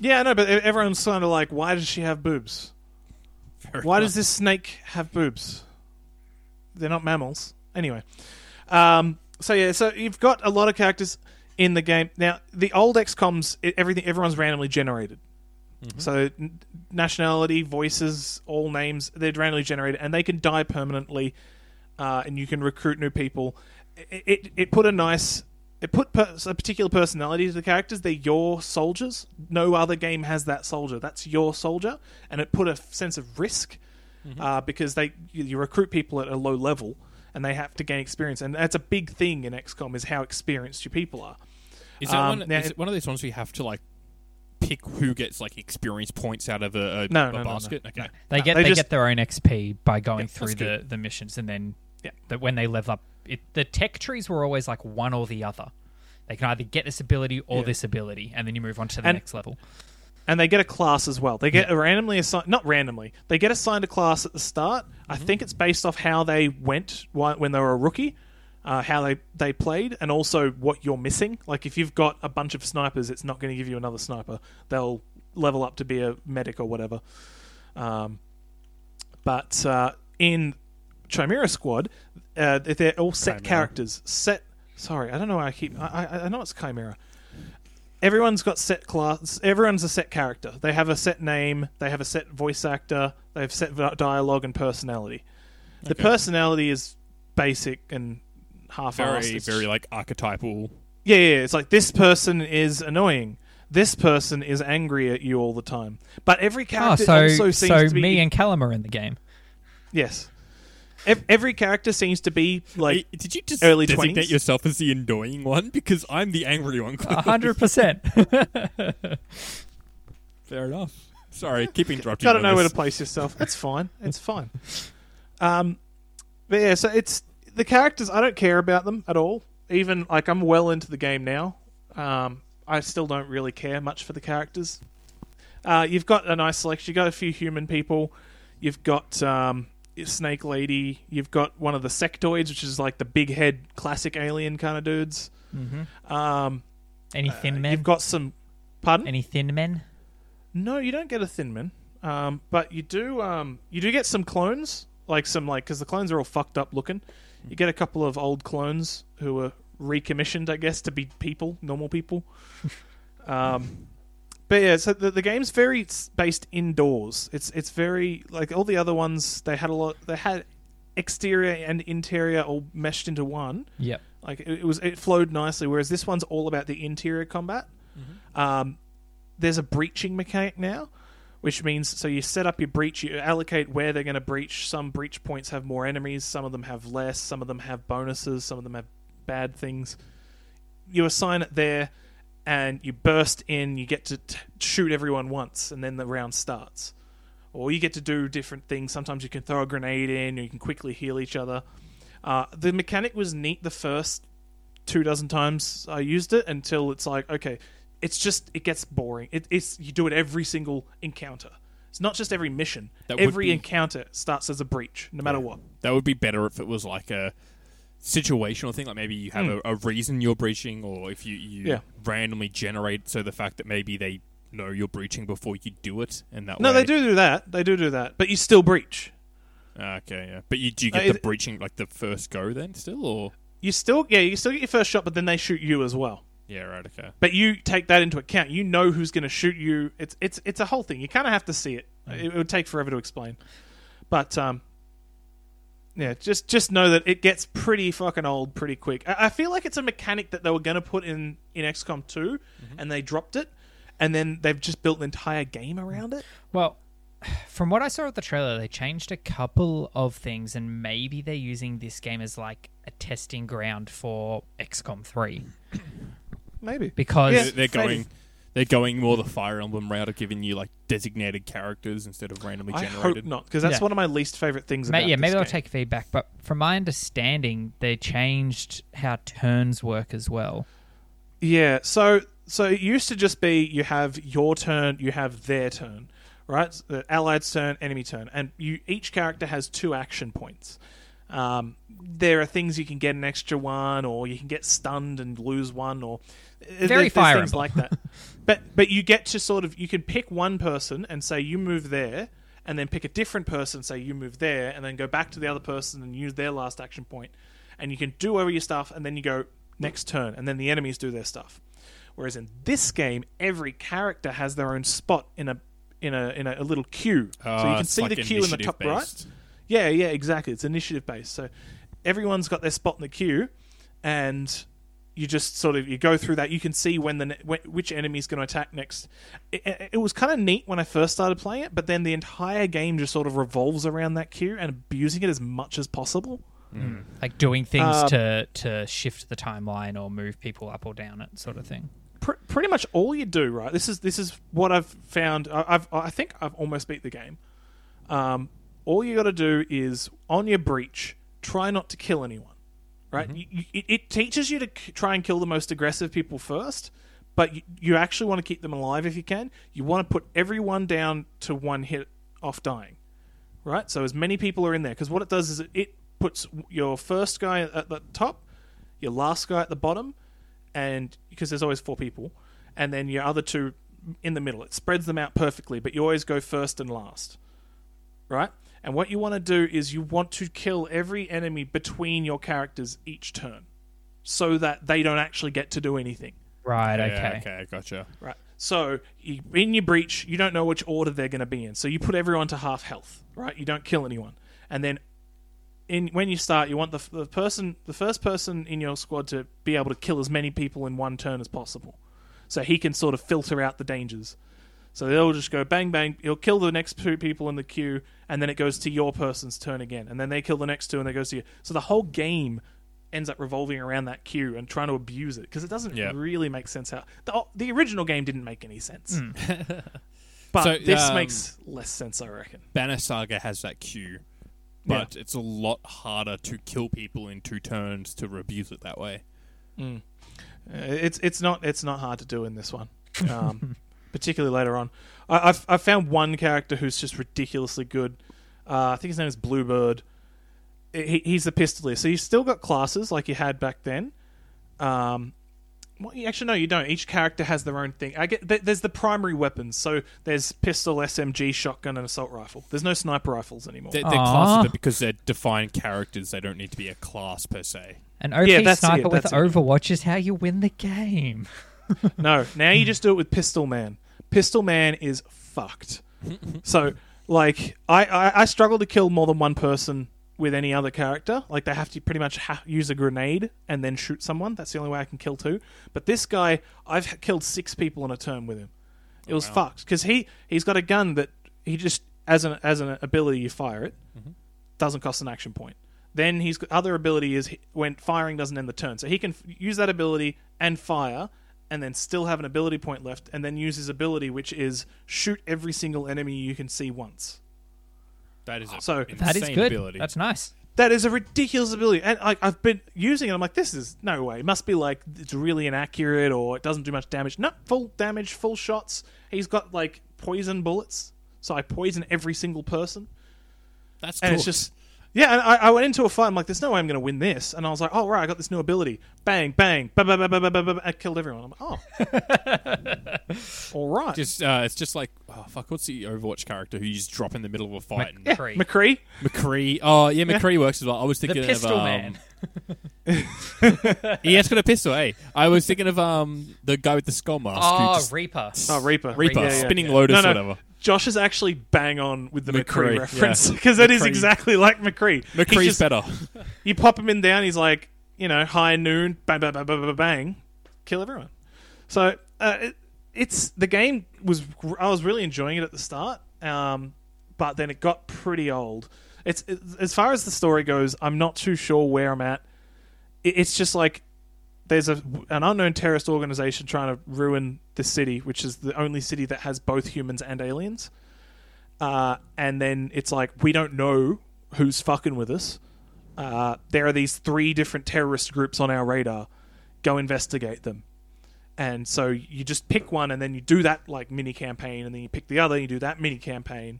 Speaker 3: Yeah, I know, but e- everyone's kind of like, why does she have boobs?
Speaker 2: Fair
Speaker 3: why does this snake have boobs? They're not mammals. Anyway. Um, so, yeah, so you've got a lot of characters in the game. Now, the old XCOMs, it, everything, everyone's randomly generated. So, n- nationality, voices, all names, they're randomly generated, and they can die permanently, uh, and you can recruit new people. It, it, it put a nice. It put per- a particular personality to the characters. They're your soldiers. No other game has that soldier. That's your soldier, and it put a f- sense of risk uh, because they you, you recruit people at a low level, and they have to gain experience. And that's a big thing in XCOM is how experienced your people are.
Speaker 2: Is that
Speaker 3: Um,
Speaker 2: one?
Speaker 3: now
Speaker 2: is
Speaker 3: it-
Speaker 2: it one of those ones where you have to like pick who gets like experience points out of a, a,
Speaker 3: No,
Speaker 2: a
Speaker 3: no, no, no.
Speaker 2: basket? Okay.
Speaker 1: They get
Speaker 3: They
Speaker 1: they,
Speaker 3: just-
Speaker 1: get their own XP by going
Speaker 2: that's
Speaker 1: through the, the missions, and then
Speaker 3: Yeah.
Speaker 1: that when they level up, it, the tech trees were always like one or the other. They can either get this ability or
Speaker 3: Yeah.
Speaker 1: this ability, and then you move on to the
Speaker 3: And-
Speaker 1: next level.
Speaker 3: and they get a class as well. They get a randomly assigned, not randomly. They get assigned a class at the start. I think it's based off how they went wh- when they were a rookie, uh, how they they played, and also what you're missing. Like if you've got a bunch of snipers, it's not going to give you another sniper. They'll level up to be a medic or whatever. Um, but uh, in Chimera Squad, uh, they- they're all set characters. Set. Sorry, I don't know why I keep. I, I, I know it's Chimera. Everyone's got set class. Everyone's a set character. They have a set name. They have a set voice actor. They have set vi- dialogue and personality. The personality is basic and half-assed.
Speaker 2: Very,
Speaker 3: It's
Speaker 2: very like archetypal.
Speaker 3: yeah, yeah, yeah. it's like this person is annoying. This person is angry at you all the time. But every
Speaker 1: Ah,
Speaker 3: character
Speaker 1: so
Speaker 3: also seems
Speaker 1: so
Speaker 3: to be
Speaker 1: me and Callum are in the game.
Speaker 3: yes. Ev- every character seems to be like
Speaker 2: Hey, Eh, Did you just
Speaker 3: early
Speaker 2: designate
Speaker 3: 20s?
Speaker 2: yourself as the annoying one? Because I'm the angry one.
Speaker 1: A
Speaker 3: Ah,
Speaker 1: hundred percent.
Speaker 2: Fair enough. Sorry, keep interrupting.
Speaker 3: gotta
Speaker 2: you
Speaker 3: know
Speaker 2: on
Speaker 3: where to
Speaker 2: this.
Speaker 3: place yourself. It's fine. It's fine. Um, but yeah, so it's the characters. I don't care about them at all. Even like I'm well into the game now. Um, I still don't really care much for the characters. Uh, you've got a nice selection. You've got a few human people. You've got um, Snake Lady. You've got one of the sectoids, which is like the big head, classic alien kind of dudes. Um,
Speaker 1: Any thin men?
Speaker 3: you've got some. Pardon?
Speaker 1: Any thin men?
Speaker 3: No, you don't get a thin man, um, but you do. Um, you do get some clones, like some like because the clones are all fucked up looking. You get a couple of old clones who were recommissioned, I guess, to be people, normal people. um, but yeah, so the, the game's very s- based indoors. It's it's very like all the other ones. They had a lot. They had exterior and interior all meshed into one
Speaker 1: Yep.
Speaker 3: like it, it was it flowed nicely whereas this one's all about the interior combat um, there's a breaching mechanic now which means so you set up your breach you allocate where they're going to breach some breach points have more enemies some of them have less some of them have bonuses some of them have bad things you assign it there and you burst in you get to t- shoot everyone once and then the round starts or you get to do different things sometimes you can throw a grenade in or you can quickly heal each other uh, the mechanic was neat the first two dozen times I used it until it's like, okay, it's just it gets boring. It, it's you do it every single encounter. It's not just every mission.
Speaker 2: That would
Speaker 3: every
Speaker 2: be-
Speaker 3: encounter starts as a breach, no matter what.
Speaker 2: That would be better if it was like a situational thing. Like maybe you have a, a reason you're breaching, or if you, you
Speaker 3: Hmm. Yeah.
Speaker 2: randomly generate. So the fact that maybe they know you're breaching before you do it, and that
Speaker 3: No,
Speaker 2: way,
Speaker 3: they do do that. They do do that, but you still breach.
Speaker 2: Ah, Okay, yeah. But you do you get
Speaker 3: Uh,
Speaker 2: the
Speaker 3: it-
Speaker 2: breaching like the first go then still, or
Speaker 3: You still, yeah, you still get your first shot, but then they shoot you as well.
Speaker 2: yeah, right, okay.
Speaker 3: But you take that into account. You know who's going to shoot you. It's it's it's a whole thing. You kind of have to see it. it. It would take forever to explain. But um, yeah, just just know that it gets pretty fucking old pretty quick. I, I feel like it's a mechanic that they were going to put in in XCOM 2 and they dropped it, and then they've just built an entire game around it.
Speaker 1: Well, from what I saw at the trailer, they changed a couple of things, and maybe they're using this game as like a testing ground for XCOM 3
Speaker 3: Maybe
Speaker 1: because
Speaker 3: Yeah.
Speaker 2: They're, they're
Speaker 3: Freddy.
Speaker 2: going. They're going more the Fire Emblem route of giving you like designated characters instead of randomly
Speaker 3: I
Speaker 2: generated.
Speaker 3: hope not because that's
Speaker 1: Yeah.
Speaker 3: one of my least favorite things.
Speaker 1: Ma-
Speaker 3: about
Speaker 1: yeah,
Speaker 3: this
Speaker 1: maybe I'll
Speaker 3: game.
Speaker 1: take feedback, but from my understanding, they changed how turns work as well.
Speaker 3: Yeah, so so it used to just be you have your turn, you have their turn, right? So The allied's turn, enemy turn, and you each character has two action points. Um, there are things you can get an extra one, or you can get stunned and lose one, or uh, there-
Speaker 1: Very
Speaker 3: there's
Speaker 1: Fire
Speaker 3: things
Speaker 1: Emblem.
Speaker 3: like that. but but you get to sort of you can pick one person and say you move there, and then pick a different person, say you move there, and then go back to the other person and use their last action point, and you can do over your stuff, and then you go next turn, and then the enemies do their stuff. Whereas in this game, every character has their own spot in a in a in a, a little queue, so you
Speaker 2: Ah,
Speaker 3: can
Speaker 2: it's
Speaker 3: see
Speaker 2: like
Speaker 3: the queue in the top right.
Speaker 2: initiative-based.
Speaker 3: Yeah, yeah, exactly. It's initiative based. So everyone's got their spot in the queue, and you just sort of you go through that. You can see when the ne- when, which enemy's going to attack next. It, it- it was kind of neat when I first started playing it, but then the entire game just sort of revolves around that queue and abusing it as much as possible.
Speaker 1: Like doing things
Speaker 3: Um,
Speaker 1: to to shift the timeline or move people up or down it sort of thing.
Speaker 3: pr- pretty much all you do right this is this is what i've found I- i've i think i've almost beat the game um, all you got to do is on your breach try not to kill anyone right you, you, it, it teaches you to k- try and kill the most aggressive people first but you, you actually want to keep them alive if you can you want to put everyone down to one hit off dying right? So as many people are in there because what it does is it, it puts your first guy at the top, your last guy at the bottom, and because there's always four people, and then your other two in the middle. It spreads them out perfectly, but you always go first and last, right? And what you want to do is you want to kill every enemy between your characters each turn, so that they don't actually get to do anything.
Speaker 1: Right.
Speaker 2: Yeah,
Speaker 1: Okay.
Speaker 2: okay, gotcha.
Speaker 3: Right. So you, in your breach, you don't know which order they're going to be in. So you put everyone to half health, right? You don't kill anyone, and then in when you start, you want the, the person, the first person in your squad to be able to kill as many people in one turn as possible, so he can sort of filter out the dangers. So they'll just go bang bang. He'll kill the next two people in the queue, and then it goes to your person's turn again, and then they kill the next two, and they goes to you. So the whole game ends up revolving around that queue and trying to abuse it because it doesn't
Speaker 2: Yeah.
Speaker 3: really make sense how the, oh, the original game didn't make any sense. but
Speaker 2: Hmm. So,
Speaker 3: this
Speaker 2: um,
Speaker 3: makes less sense, I reckon.
Speaker 2: Banner Saga has that queue, but it's a lot harder to kill people in two turns to abuse it that way.
Speaker 3: Uh, it's it's not it's not hard to do in this one, um, particularly later on. I, I've I've found one character who's just ridiculously good. Uh, I think his name is Bluebird. He, he's the pistolier, so you've still got classes like you had back then. Um, well, you- actually, no, you don't. Each character has their own thing. I get there- there's the primary weapons. So there's pistol, SMG, shotgun, and assault rifle. There's no sniper rifles anymore.
Speaker 2: They, they're
Speaker 1: Aw.
Speaker 2: classes, but because they're defined characters, they don't need to be a class per se.
Speaker 1: An OP
Speaker 3: Yeah, that's
Speaker 1: sniper
Speaker 3: it,
Speaker 1: with
Speaker 3: that's it.
Speaker 1: Overwatch is how you win the game.
Speaker 3: No, now you just do it with Pistol Man. Pistol Man is fucked. so, like, I, I I struggle to kill more than one person with any other character. Like, they have to pretty much ha- use a grenade and then shoot someone. That's the only way I can kill two. But this guy, I've h- killed six people in a turn with him. It was fucked because he he's got a gun that he just as an as an ability you fire it doesn't cost an action point. Then his other ability is he- when firing doesn't end the turn, so he can f- use that ability and fire, and then still have an ability point left, and then use his ability, which is shoot every single enemy you can see once.
Speaker 2: That is a
Speaker 3: So-
Speaker 2: insane
Speaker 1: That is good.
Speaker 2: ability.
Speaker 1: That's nice.
Speaker 3: That is a ridiculous ability, and like I've been using it, I'm like, this is no way. It must be like it's really inaccurate or it doesn't do much damage. No, full damage, full shots. He's got like poison bullets, so I poison every single person.
Speaker 2: That's
Speaker 3: and
Speaker 2: cool.
Speaker 3: it's just yeah and I, I went into a fight i'm like there's no way i'm going to win this and i was like oh right i got this new ability bang bang ba ba ba ba ba ba ba i killed everyone i'm like oh all right
Speaker 2: Just, uh, it's just like oh fuck, what's the Overwatch character who you just drop in the middle of a fight? and
Speaker 1: yeah.
Speaker 3: mccree
Speaker 2: McCree. Oh yeah, McCree works as well. I was
Speaker 1: The
Speaker 2: thinking
Speaker 1: pistol
Speaker 2: of um,
Speaker 1: man.
Speaker 2: He has got a pistol. Hey, I was thinking of um the guy with the skull mask. who
Speaker 1: Oh,
Speaker 2: just-
Speaker 1: Reaper.
Speaker 3: oh reaper
Speaker 2: Reaper,
Speaker 3: Yeah, yeah.
Speaker 2: spinning lotus,
Speaker 3: no, no.
Speaker 2: whatever.
Speaker 3: josh is actually bang on with the mccree,
Speaker 2: McCree, yeah.
Speaker 3: reference because that is
Speaker 2: McCree.
Speaker 3: exactly like mccree He's
Speaker 2: McCree's
Speaker 3: just-
Speaker 2: better.
Speaker 3: you pop him in down he's like you know high noon bang bang bang bang bang, bang kill everyone so uh, it, it's the game was gr- I was really enjoying it at the start, um, but then it got pretty old. It's it, as far as the story goes, I'm not too sure where I'm at. It, it's just like there's a an unknown terrorist organization trying to ruin the city, which is the only city that has both humans and aliens. Uh, and then it's like we don't know who's fucking with us. Uh, there are these three different terrorist groups on our radar. Go investigate them. And so you just pick one, and then you do that like mini campaign, and then you pick the other, and you do that mini campaign.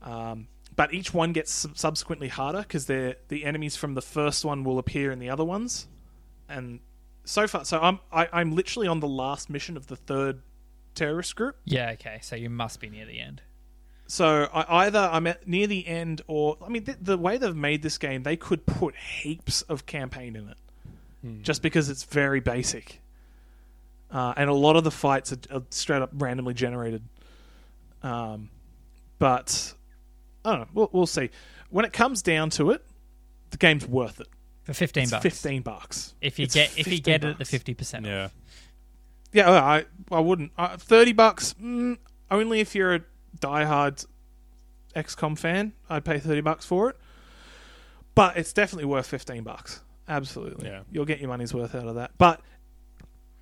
Speaker 3: Um, but each one gets sub- subsequently harder because they're the enemies from the first one will appear in the other ones, and so far, so I'm I, I'm literally on the last mission of the third terrorist group.
Speaker 1: Yeah, okay. So you must be near the end.
Speaker 3: So I, either I'm at near the end, or I mean, th- the way they've made this game, they could put heaps of campaign in it,
Speaker 1: Hmm.
Speaker 3: just because it's very basic, uh, and a lot of the fights are, are straight up randomly generated. Um, but I don't know. We'll, we'll see. When it comes down to it, the game's worth it.
Speaker 1: For 15
Speaker 3: It's
Speaker 1: bucks.
Speaker 3: fifteen bucks.
Speaker 1: If you
Speaker 3: It's
Speaker 1: get if you
Speaker 3: 15
Speaker 1: get it at the
Speaker 3: bucks.
Speaker 1: 50%. off.
Speaker 2: Yeah.
Speaker 3: Yeah, well, I I wouldn't. Uh, Thirty bucks mm, only if you're a diehard XCOM fan. I'd pay thirty bucks for it, but it's definitely worth fifteen bucks. Absolutely,
Speaker 2: Yeah.
Speaker 3: you'll get your money's worth out of that. But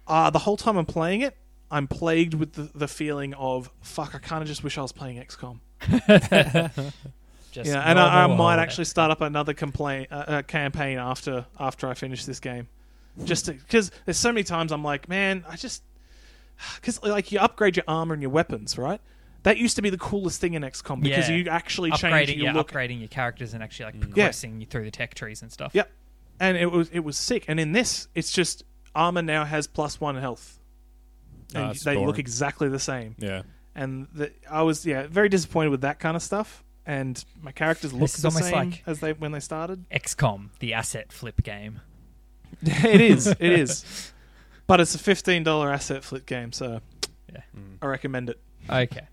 Speaker 3: uh, the whole time I'm playing it, I'm plagued with the, the feeling of fuck. I kind of just wish I was playing XCOM.
Speaker 1: Just
Speaker 3: Yeah, and I, I
Speaker 1: normal
Speaker 3: might
Speaker 1: holiday.
Speaker 3: actually start up another complaint uh, uh, campaign after after I finish this game, just because there's so many times I'm like, man, I just because like you upgrade your armor and your weapons, right? That used to be the coolest thing in XCOM because
Speaker 1: Yeah.
Speaker 3: you actually change
Speaker 1: upgrading
Speaker 3: your
Speaker 1: yeah,
Speaker 3: look. Mm.
Speaker 1: upgrading your characters and actually like progressing you through the tech trees and stuff.
Speaker 3: Yep, and it was it was sick. And in this, it's just armor now has plus one health, and
Speaker 2: Ah, it's
Speaker 3: they look
Speaker 2: boring.
Speaker 3: exactly the same.
Speaker 2: Yeah.
Speaker 3: And the, I was yeah very disappointed with that kind of stuff. And my characters look
Speaker 1: is
Speaker 3: the
Speaker 1: almost
Speaker 3: same
Speaker 1: like-
Speaker 3: as they when they started.
Speaker 1: XCOM, the asset flip game.
Speaker 3: it is. It is. But it's a fifteen dollar asset flip game, so
Speaker 1: Yeah.
Speaker 3: I recommend it.
Speaker 1: Okay.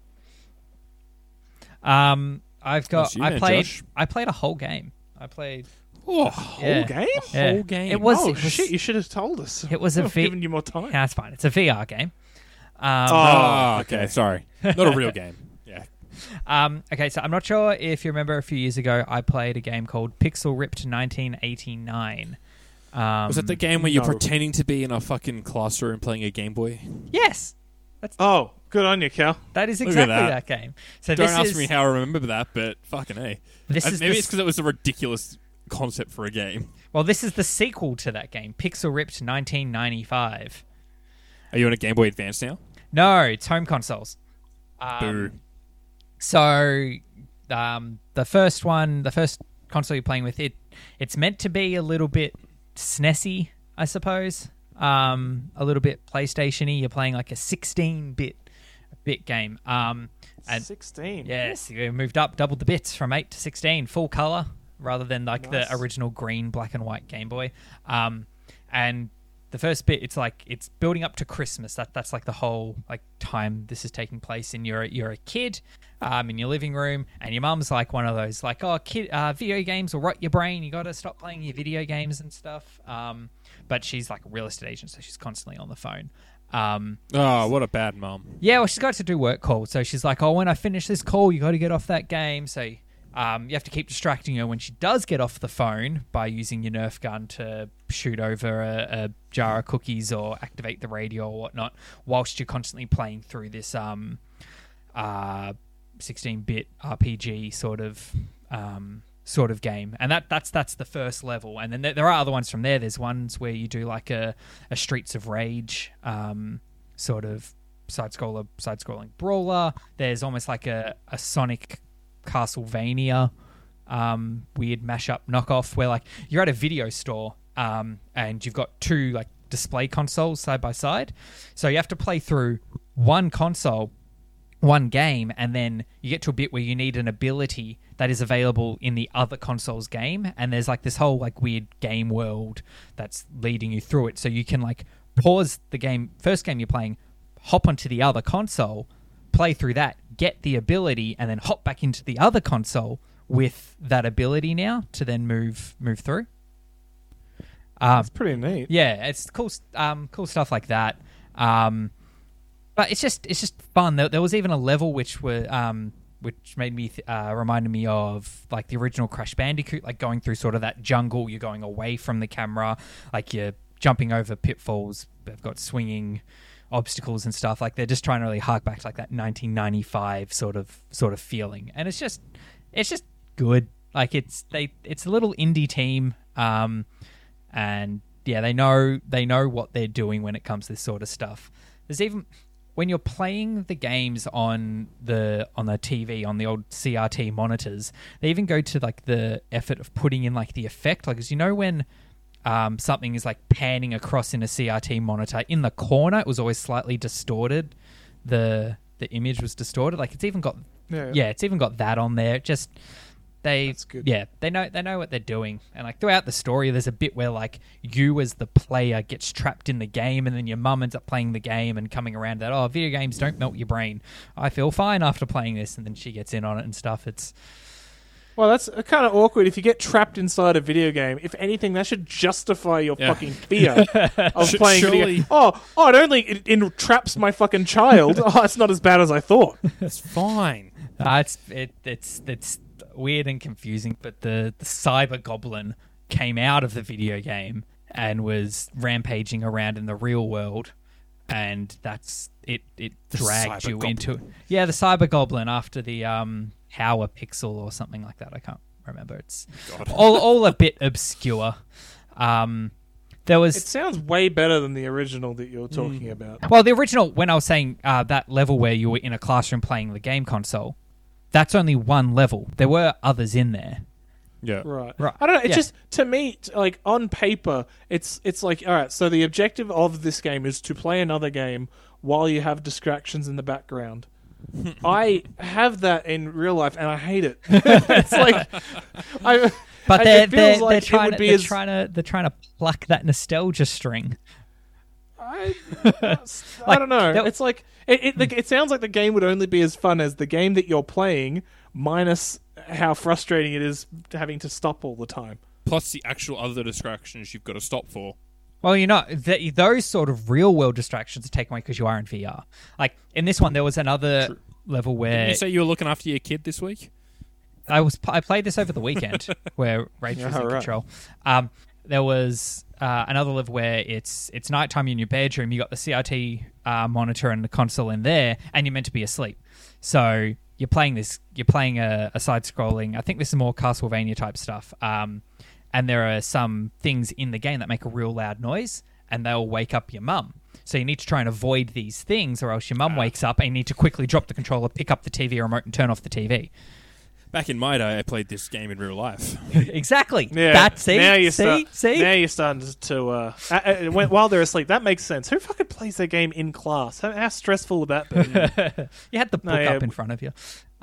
Speaker 1: Um, I've got.
Speaker 2: That's you
Speaker 1: I
Speaker 2: then,
Speaker 1: played.
Speaker 2: Josh.
Speaker 1: I played a whole game. I played.
Speaker 2: Oh,
Speaker 3: Whole
Speaker 1: yeah.
Speaker 3: game?
Speaker 1: Yeah.
Speaker 2: whole game.
Speaker 1: It was.
Speaker 3: oh
Speaker 1: it was-
Speaker 3: shit! You should have told us.
Speaker 1: It was a
Speaker 3: I've
Speaker 1: vi-
Speaker 3: given you more time.
Speaker 1: Nah, it's fine. It's a VR game. Um,
Speaker 3: Oh,
Speaker 2: Ah, okay. Sorry. Not a real game. Yeah.
Speaker 1: um, okay, so I'm not sure if you remember a few years ago, I played a game called Pixel Ripped 1989. Um,
Speaker 2: Was that the game where you're
Speaker 3: No.
Speaker 2: pretending to be in a fucking classroom playing a Game Boy?
Speaker 1: Yes,
Speaker 3: Oh, good on you, Cal.
Speaker 1: that is
Speaker 2: Look at
Speaker 1: exactly that.
Speaker 2: that.
Speaker 1: game. So
Speaker 2: Don't
Speaker 1: this
Speaker 2: ask
Speaker 1: is,
Speaker 2: me how I remember that, but fucking a.
Speaker 1: This
Speaker 2: Uh,
Speaker 1: is
Speaker 2: maybe
Speaker 1: the
Speaker 2: it's because it was a ridiculous concept for a game.
Speaker 1: Well, this is the sequel to that game, Pixel Ripped 1995.
Speaker 2: Are you on a Game Boy Advance now?
Speaker 1: No, it's home consoles.
Speaker 2: Boo.
Speaker 1: So, um, the first one, the first console you're playing with, it it's meant to be a little bit SNESy, I suppose. Um, a little bit PlayStation-y. You're playing like a 16-bit bit game. Um, and
Speaker 3: Sixteen.
Speaker 1: yes, you moved up, doubled the bits from eight to 16, full color rather than like
Speaker 3: Nice.
Speaker 1: the original green, black and white Game Boy. Um, and the first bit, it's like it's building up to Christmas. That that's like the whole like time this is taking place, and you're you're a kid, um, in your living room, and your mum's like one of those like oh kid, uh, video games will rot your brain. You got to stop playing your video games and stuff. Um, but she's like a real estate agent, so she's constantly on the phone. Um,
Speaker 2: Oh, what a bad mum.
Speaker 1: yeah, well, she's got to do work calls, so she's like, "Oh, when I finish this call, you got to get off that game." So um, you have to keep distracting her when she does get off the phone by using your Nerf gun to shoot over a, a jar of cookies or activate the radio or whatnot, whilst you're constantly playing through this um, uh, 16-bit RPG sort of um, sort of game, and that that's that's the first level. And then there, there are other ones from there. There's ones where you do like a, a Streets of Rage um, sort of side scroller, side scrolling brawler. There's almost like a, a Sonic Castlevania um, weird mashup knockoff where like you're at a video store um, and you've got two like display consoles side by side, so you have to play through one console one game and then you get to a bit where you need an ability that is available in the other console's game and there's like this whole like weird game world that's leading you through it so you can like pause the game first game you're playing hop onto the other console play through that get the ability and then hop back into the other console with that ability now to then move move through um
Speaker 3: That's pretty neat.
Speaker 1: yeah, it's cool. s- Um, cool stuff like that. Um, but it's just it's just fun. There, there was even a level which were um, which made me th- uh, reminded me of like the original Crash Bandicoot, like going through sort of that jungle. You're going away from the camera, like you're jumping over pitfalls. They've got swinging obstacles and stuff. Like they're just trying to really hark back to like that 1995 sort of sort of feeling, and it's just it's just good. Like it's they it's a little indie team, um, and yeah, they know they know what they're doing when it comes to this sort of stuff. There's even when you're playing the games on the on the TV on the old CRT monitors, they even go to like the effort of putting in like the effect, like 'cause you know when um, something is like panning across in a CRT monitor in the corner, it was always slightly distorted. The the image was distorted. Like it's even got
Speaker 3: Yeah.
Speaker 1: yeah, it's even got that on there. It just they
Speaker 3: That's good.
Speaker 1: yeah they know they know what they're doing and like throughout the story there's a bit where like you as the player gets trapped in the game and then your mum ends up playing the game and coming around that oh video games don't melt your brain i feel fine after playing this and then she gets in on it and stuff it's
Speaker 3: Well, that's kind of awkward. If you get trapped inside a video game, if anything, that should justify your
Speaker 2: Yeah.
Speaker 3: fucking fear of
Speaker 2: Sh-
Speaker 3: playing video
Speaker 2: surely-
Speaker 3: Oh, oh, it only it entraps my fucking child. oh, it's not as bad as I thought.
Speaker 2: It's fine.
Speaker 1: uh, it's it, it's it's weird and confusing but the, the cyber goblin came out of the video game and was rampaging around in the real world and that's it it dragged
Speaker 2: cyber
Speaker 1: you
Speaker 2: goblin.
Speaker 1: into yeah the cyber goblin after the um Hauer pixel or something like that i can't remember it's all, all a bit obscure um there was
Speaker 3: It sounds way better than the original that you're
Speaker 1: Hmm.
Speaker 3: talking about.
Speaker 1: well, the original, when I was saying uh, that level where you were in a classroom playing the game console, that's only one level. There were others in there.
Speaker 2: Yeah.
Speaker 3: Right.
Speaker 1: Right.
Speaker 3: I don't know. It's
Speaker 1: Yeah.
Speaker 3: just to me, t- like on paper, it's it's like all right. So the objective of this game is to play another game while you have distractions in the background. I have that in real life, and I hate it. it's like, I,
Speaker 1: But
Speaker 3: it
Speaker 1: they're,
Speaker 3: feels
Speaker 1: they're,
Speaker 3: like
Speaker 1: they're,
Speaker 3: it
Speaker 1: trying,
Speaker 3: would
Speaker 1: to,
Speaker 3: be
Speaker 1: they're,
Speaker 3: as-
Speaker 1: trying to, they're trying to pluck that nostalgia string.
Speaker 3: I, I
Speaker 1: Like,
Speaker 3: don't know.
Speaker 1: that-
Speaker 3: it's like it, it, the, it sounds like the game would only be as fun as the game that you're playing, minus how frustrating it is having to stop all the time.
Speaker 2: Plus the actual other distractions you've got to stop for.
Speaker 1: Well, you know, th- those sort of real world distractions are taken away because you are in VR. Like in this one, there was another level where
Speaker 2: you say you were looking after your kid this week?
Speaker 1: I was I played this over the weekend where Rage was
Speaker 3: Yeah,
Speaker 1: in
Speaker 3: right.
Speaker 1: control. Um, there was uh, another level where it's it's nighttime you're in your bedroom. You got the CRT uh, monitor and the console in there, and you're meant to be asleep. So you're playing this. You're playing a, a side scrolling. I think this is more Castlevania type stuff. Um, and there are some things in the game that make a real loud noise, and they'll wake up your mum. So you need to try and avoid these things, or else your mum wakes up and you need to quickly drop the controller, pick up the TV remote, and turn off the TV.
Speaker 2: Back in my day, I played this game in real life.
Speaker 1: Exactly.
Speaker 3: Yeah,
Speaker 1: That's it.
Speaker 3: Now you
Speaker 1: see,
Speaker 3: start,
Speaker 1: see.
Speaker 3: Now you're starting to. Uh, uh, uh, when, while they're asleep, that makes sense. Who fucking plays their game in class? How, how stressful would that be?
Speaker 1: you had the book
Speaker 3: No, yeah,
Speaker 1: up in front of you.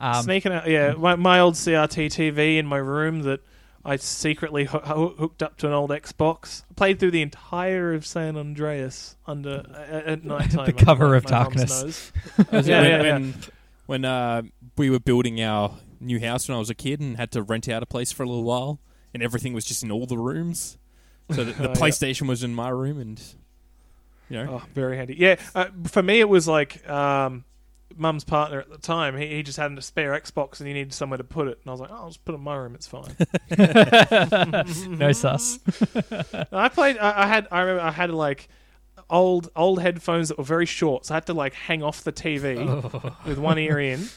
Speaker 1: Um,
Speaker 3: Sneaking out, yeah. My, my old CRT TV in my room that I secretly ho- ho- hooked up to an old Xbox. I played through the entire of San Andreas under uh, at night time.
Speaker 1: The cover of darkness.
Speaker 3: yeah,
Speaker 2: when,
Speaker 3: yeah, yeah.
Speaker 2: when, when, uh, we were building our new house when I was a kid and had to rent out a place for a little while, and everything was just in all the rooms. So the, the
Speaker 3: Oh, yeah.
Speaker 2: PlayStation was in my room, and you know,
Speaker 3: Oh, very handy. Yeah, uh, for me it was like um, mum's partner at the time. He, he just had a spare Xbox and he needed somewhere to put it, and I was like, oh, I'll just put it in my room. It's fine.
Speaker 1: no sus.
Speaker 3: I played. I, I had. I remember. I had like old old headphones that were very short, so I had to like hang off the TV
Speaker 1: Oh.
Speaker 3: with one ear in.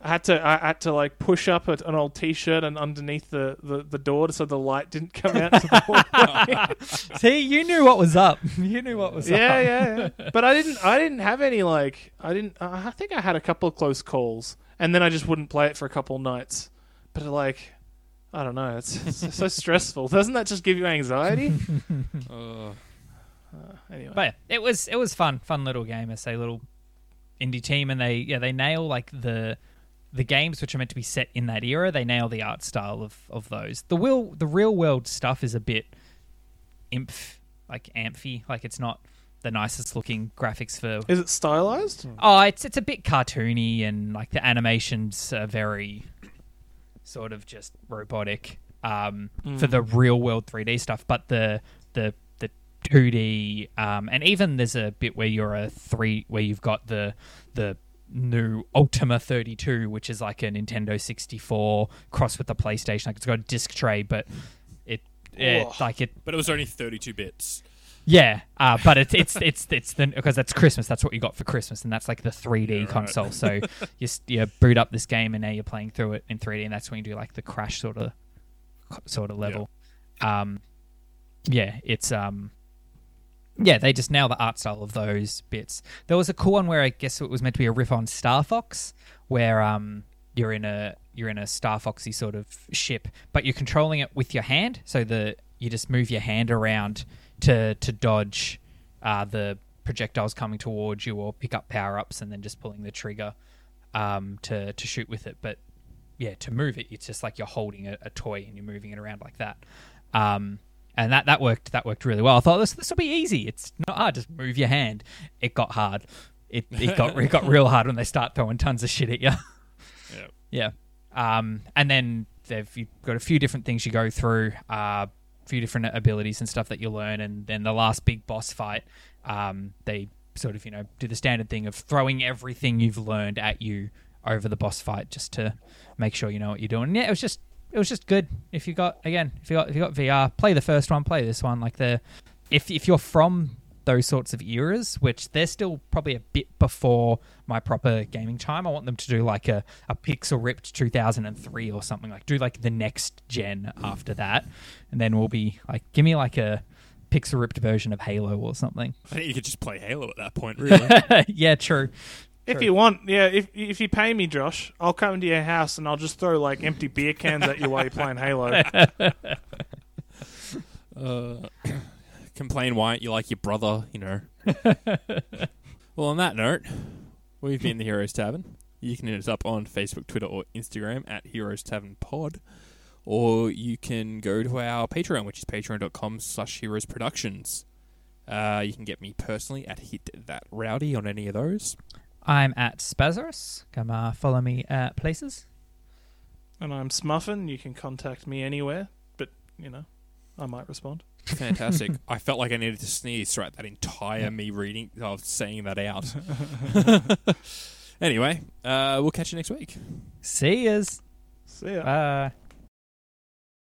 Speaker 3: I had to. I had to like push up a, an old T-shirt and underneath the, the, the door so the light didn't come out. To the hallway.
Speaker 1: see, you knew what was up. You knew what was
Speaker 3: yeah,
Speaker 1: up.
Speaker 3: yeah, yeah. But I didn't. I didn't have any like. I didn't. Uh, I think I had a couple of close calls, and then I just wouldn't play it for a couple nights. But like, I don't know. It's, it's so stressful. Doesn't that just give you anxiety?
Speaker 2: uh,
Speaker 3: Anyway.
Speaker 1: But yeah, it was it was fun, fun little game. I say little indie team, and they yeah they nail like the the games which are meant to be set in that era. They nail the art style of of those. The will the real world stuff is a bit imp like amphy. Like it's not the nicest looking graphics for
Speaker 3: Is it stylized?
Speaker 1: Oh, it's it's a bit cartoony and like the animations are very sort of just robotic um, for the real world 3D stuff, but the the the 2D, um, and even there's a bit where you're a three, where you've got the the new Ultima 32, which is like a Nintendo 64 cross with the PlayStation. Like it's got a disc tray, but it, it
Speaker 3: Oh.
Speaker 1: like it
Speaker 2: But it was only 32 bits.
Speaker 1: yeah, uh, but it's it's it's it's the because that's Christmas. That's what you got for Christmas, and that's like the 3D
Speaker 2: Yeah, right.
Speaker 1: console. So you s- you boot up this game, and now you're playing through it in 3D, and that's when you do like the crash sort of sort of level. Um, yeah, it's um, yeah, they just nail the art style of those bits. There was a cool one where I guess it was meant to be a riff on Star Fox, where um, you're in a you're in a Star Foxy sort of ship, but you're controlling it with your hand. So the you just move your hand around to to dodge uh, the projectiles coming towards you, or pick up power ups, and then just pulling the trigger um, to to shoot with it. But yeah, to move it, it's just like you're holding a, a toy and you're moving it around like that. Um, and that, that worked that worked really well. I thought this this will be easy. It's not hard. Just move your hand. It got hard. It, it got it got real hard when they start throwing tons of shit at you.
Speaker 2: Yeah.
Speaker 1: Yeah. Um, and then they've you've got a few different things you go through, a uh, few different abilities and stuff that you learn, and then the last big boss fight, um, they sort of you know do the standard thing of throwing everything you've learned at you over the boss fight just to make sure you know what you're doing. Yeah, it was just it was just good. If you got again, if you got if you got VR, play the first one, play this one. Like the if if you're from those sorts of eras, which they're still probably a bit before my proper gaming time. I want them to do like a, a pixel ripped 2003 or something like do like the next gen after that, and then we'll be like give me like a pixel ripped version of Halo or something.
Speaker 2: I think you could just play Halo at that point, really.
Speaker 1: yeah, true.
Speaker 3: If
Speaker 1: Sure.
Speaker 3: you want, yeah. If if you pay me, Josh, I'll come to your house and I'll just throw like empty beer cans at you while you're playing Halo.
Speaker 2: uh, complain why aren't you like your brother, you know. well, on that note, we've been the Heroes Tavern. You can hit us up on Facebook, Twitter, or Instagram at Heroes Tavern Pod. Or you can go to our Patreon, which is patreon.com slash heroes productions. Uh, you can get me personally at Hit That Rowdy on any of those.
Speaker 1: I'm at Spazarus. Come uh, follow me at places.
Speaker 3: and I'm Smuffin. You can contact me anywhere, but you know, I might respond.
Speaker 2: Fantastic. I felt like I needed to sneeze throughout that entire me reading of saying that out. anyway, uh, we'll catch you next week.
Speaker 1: See yous.
Speaker 3: See ya.
Speaker 1: Bye.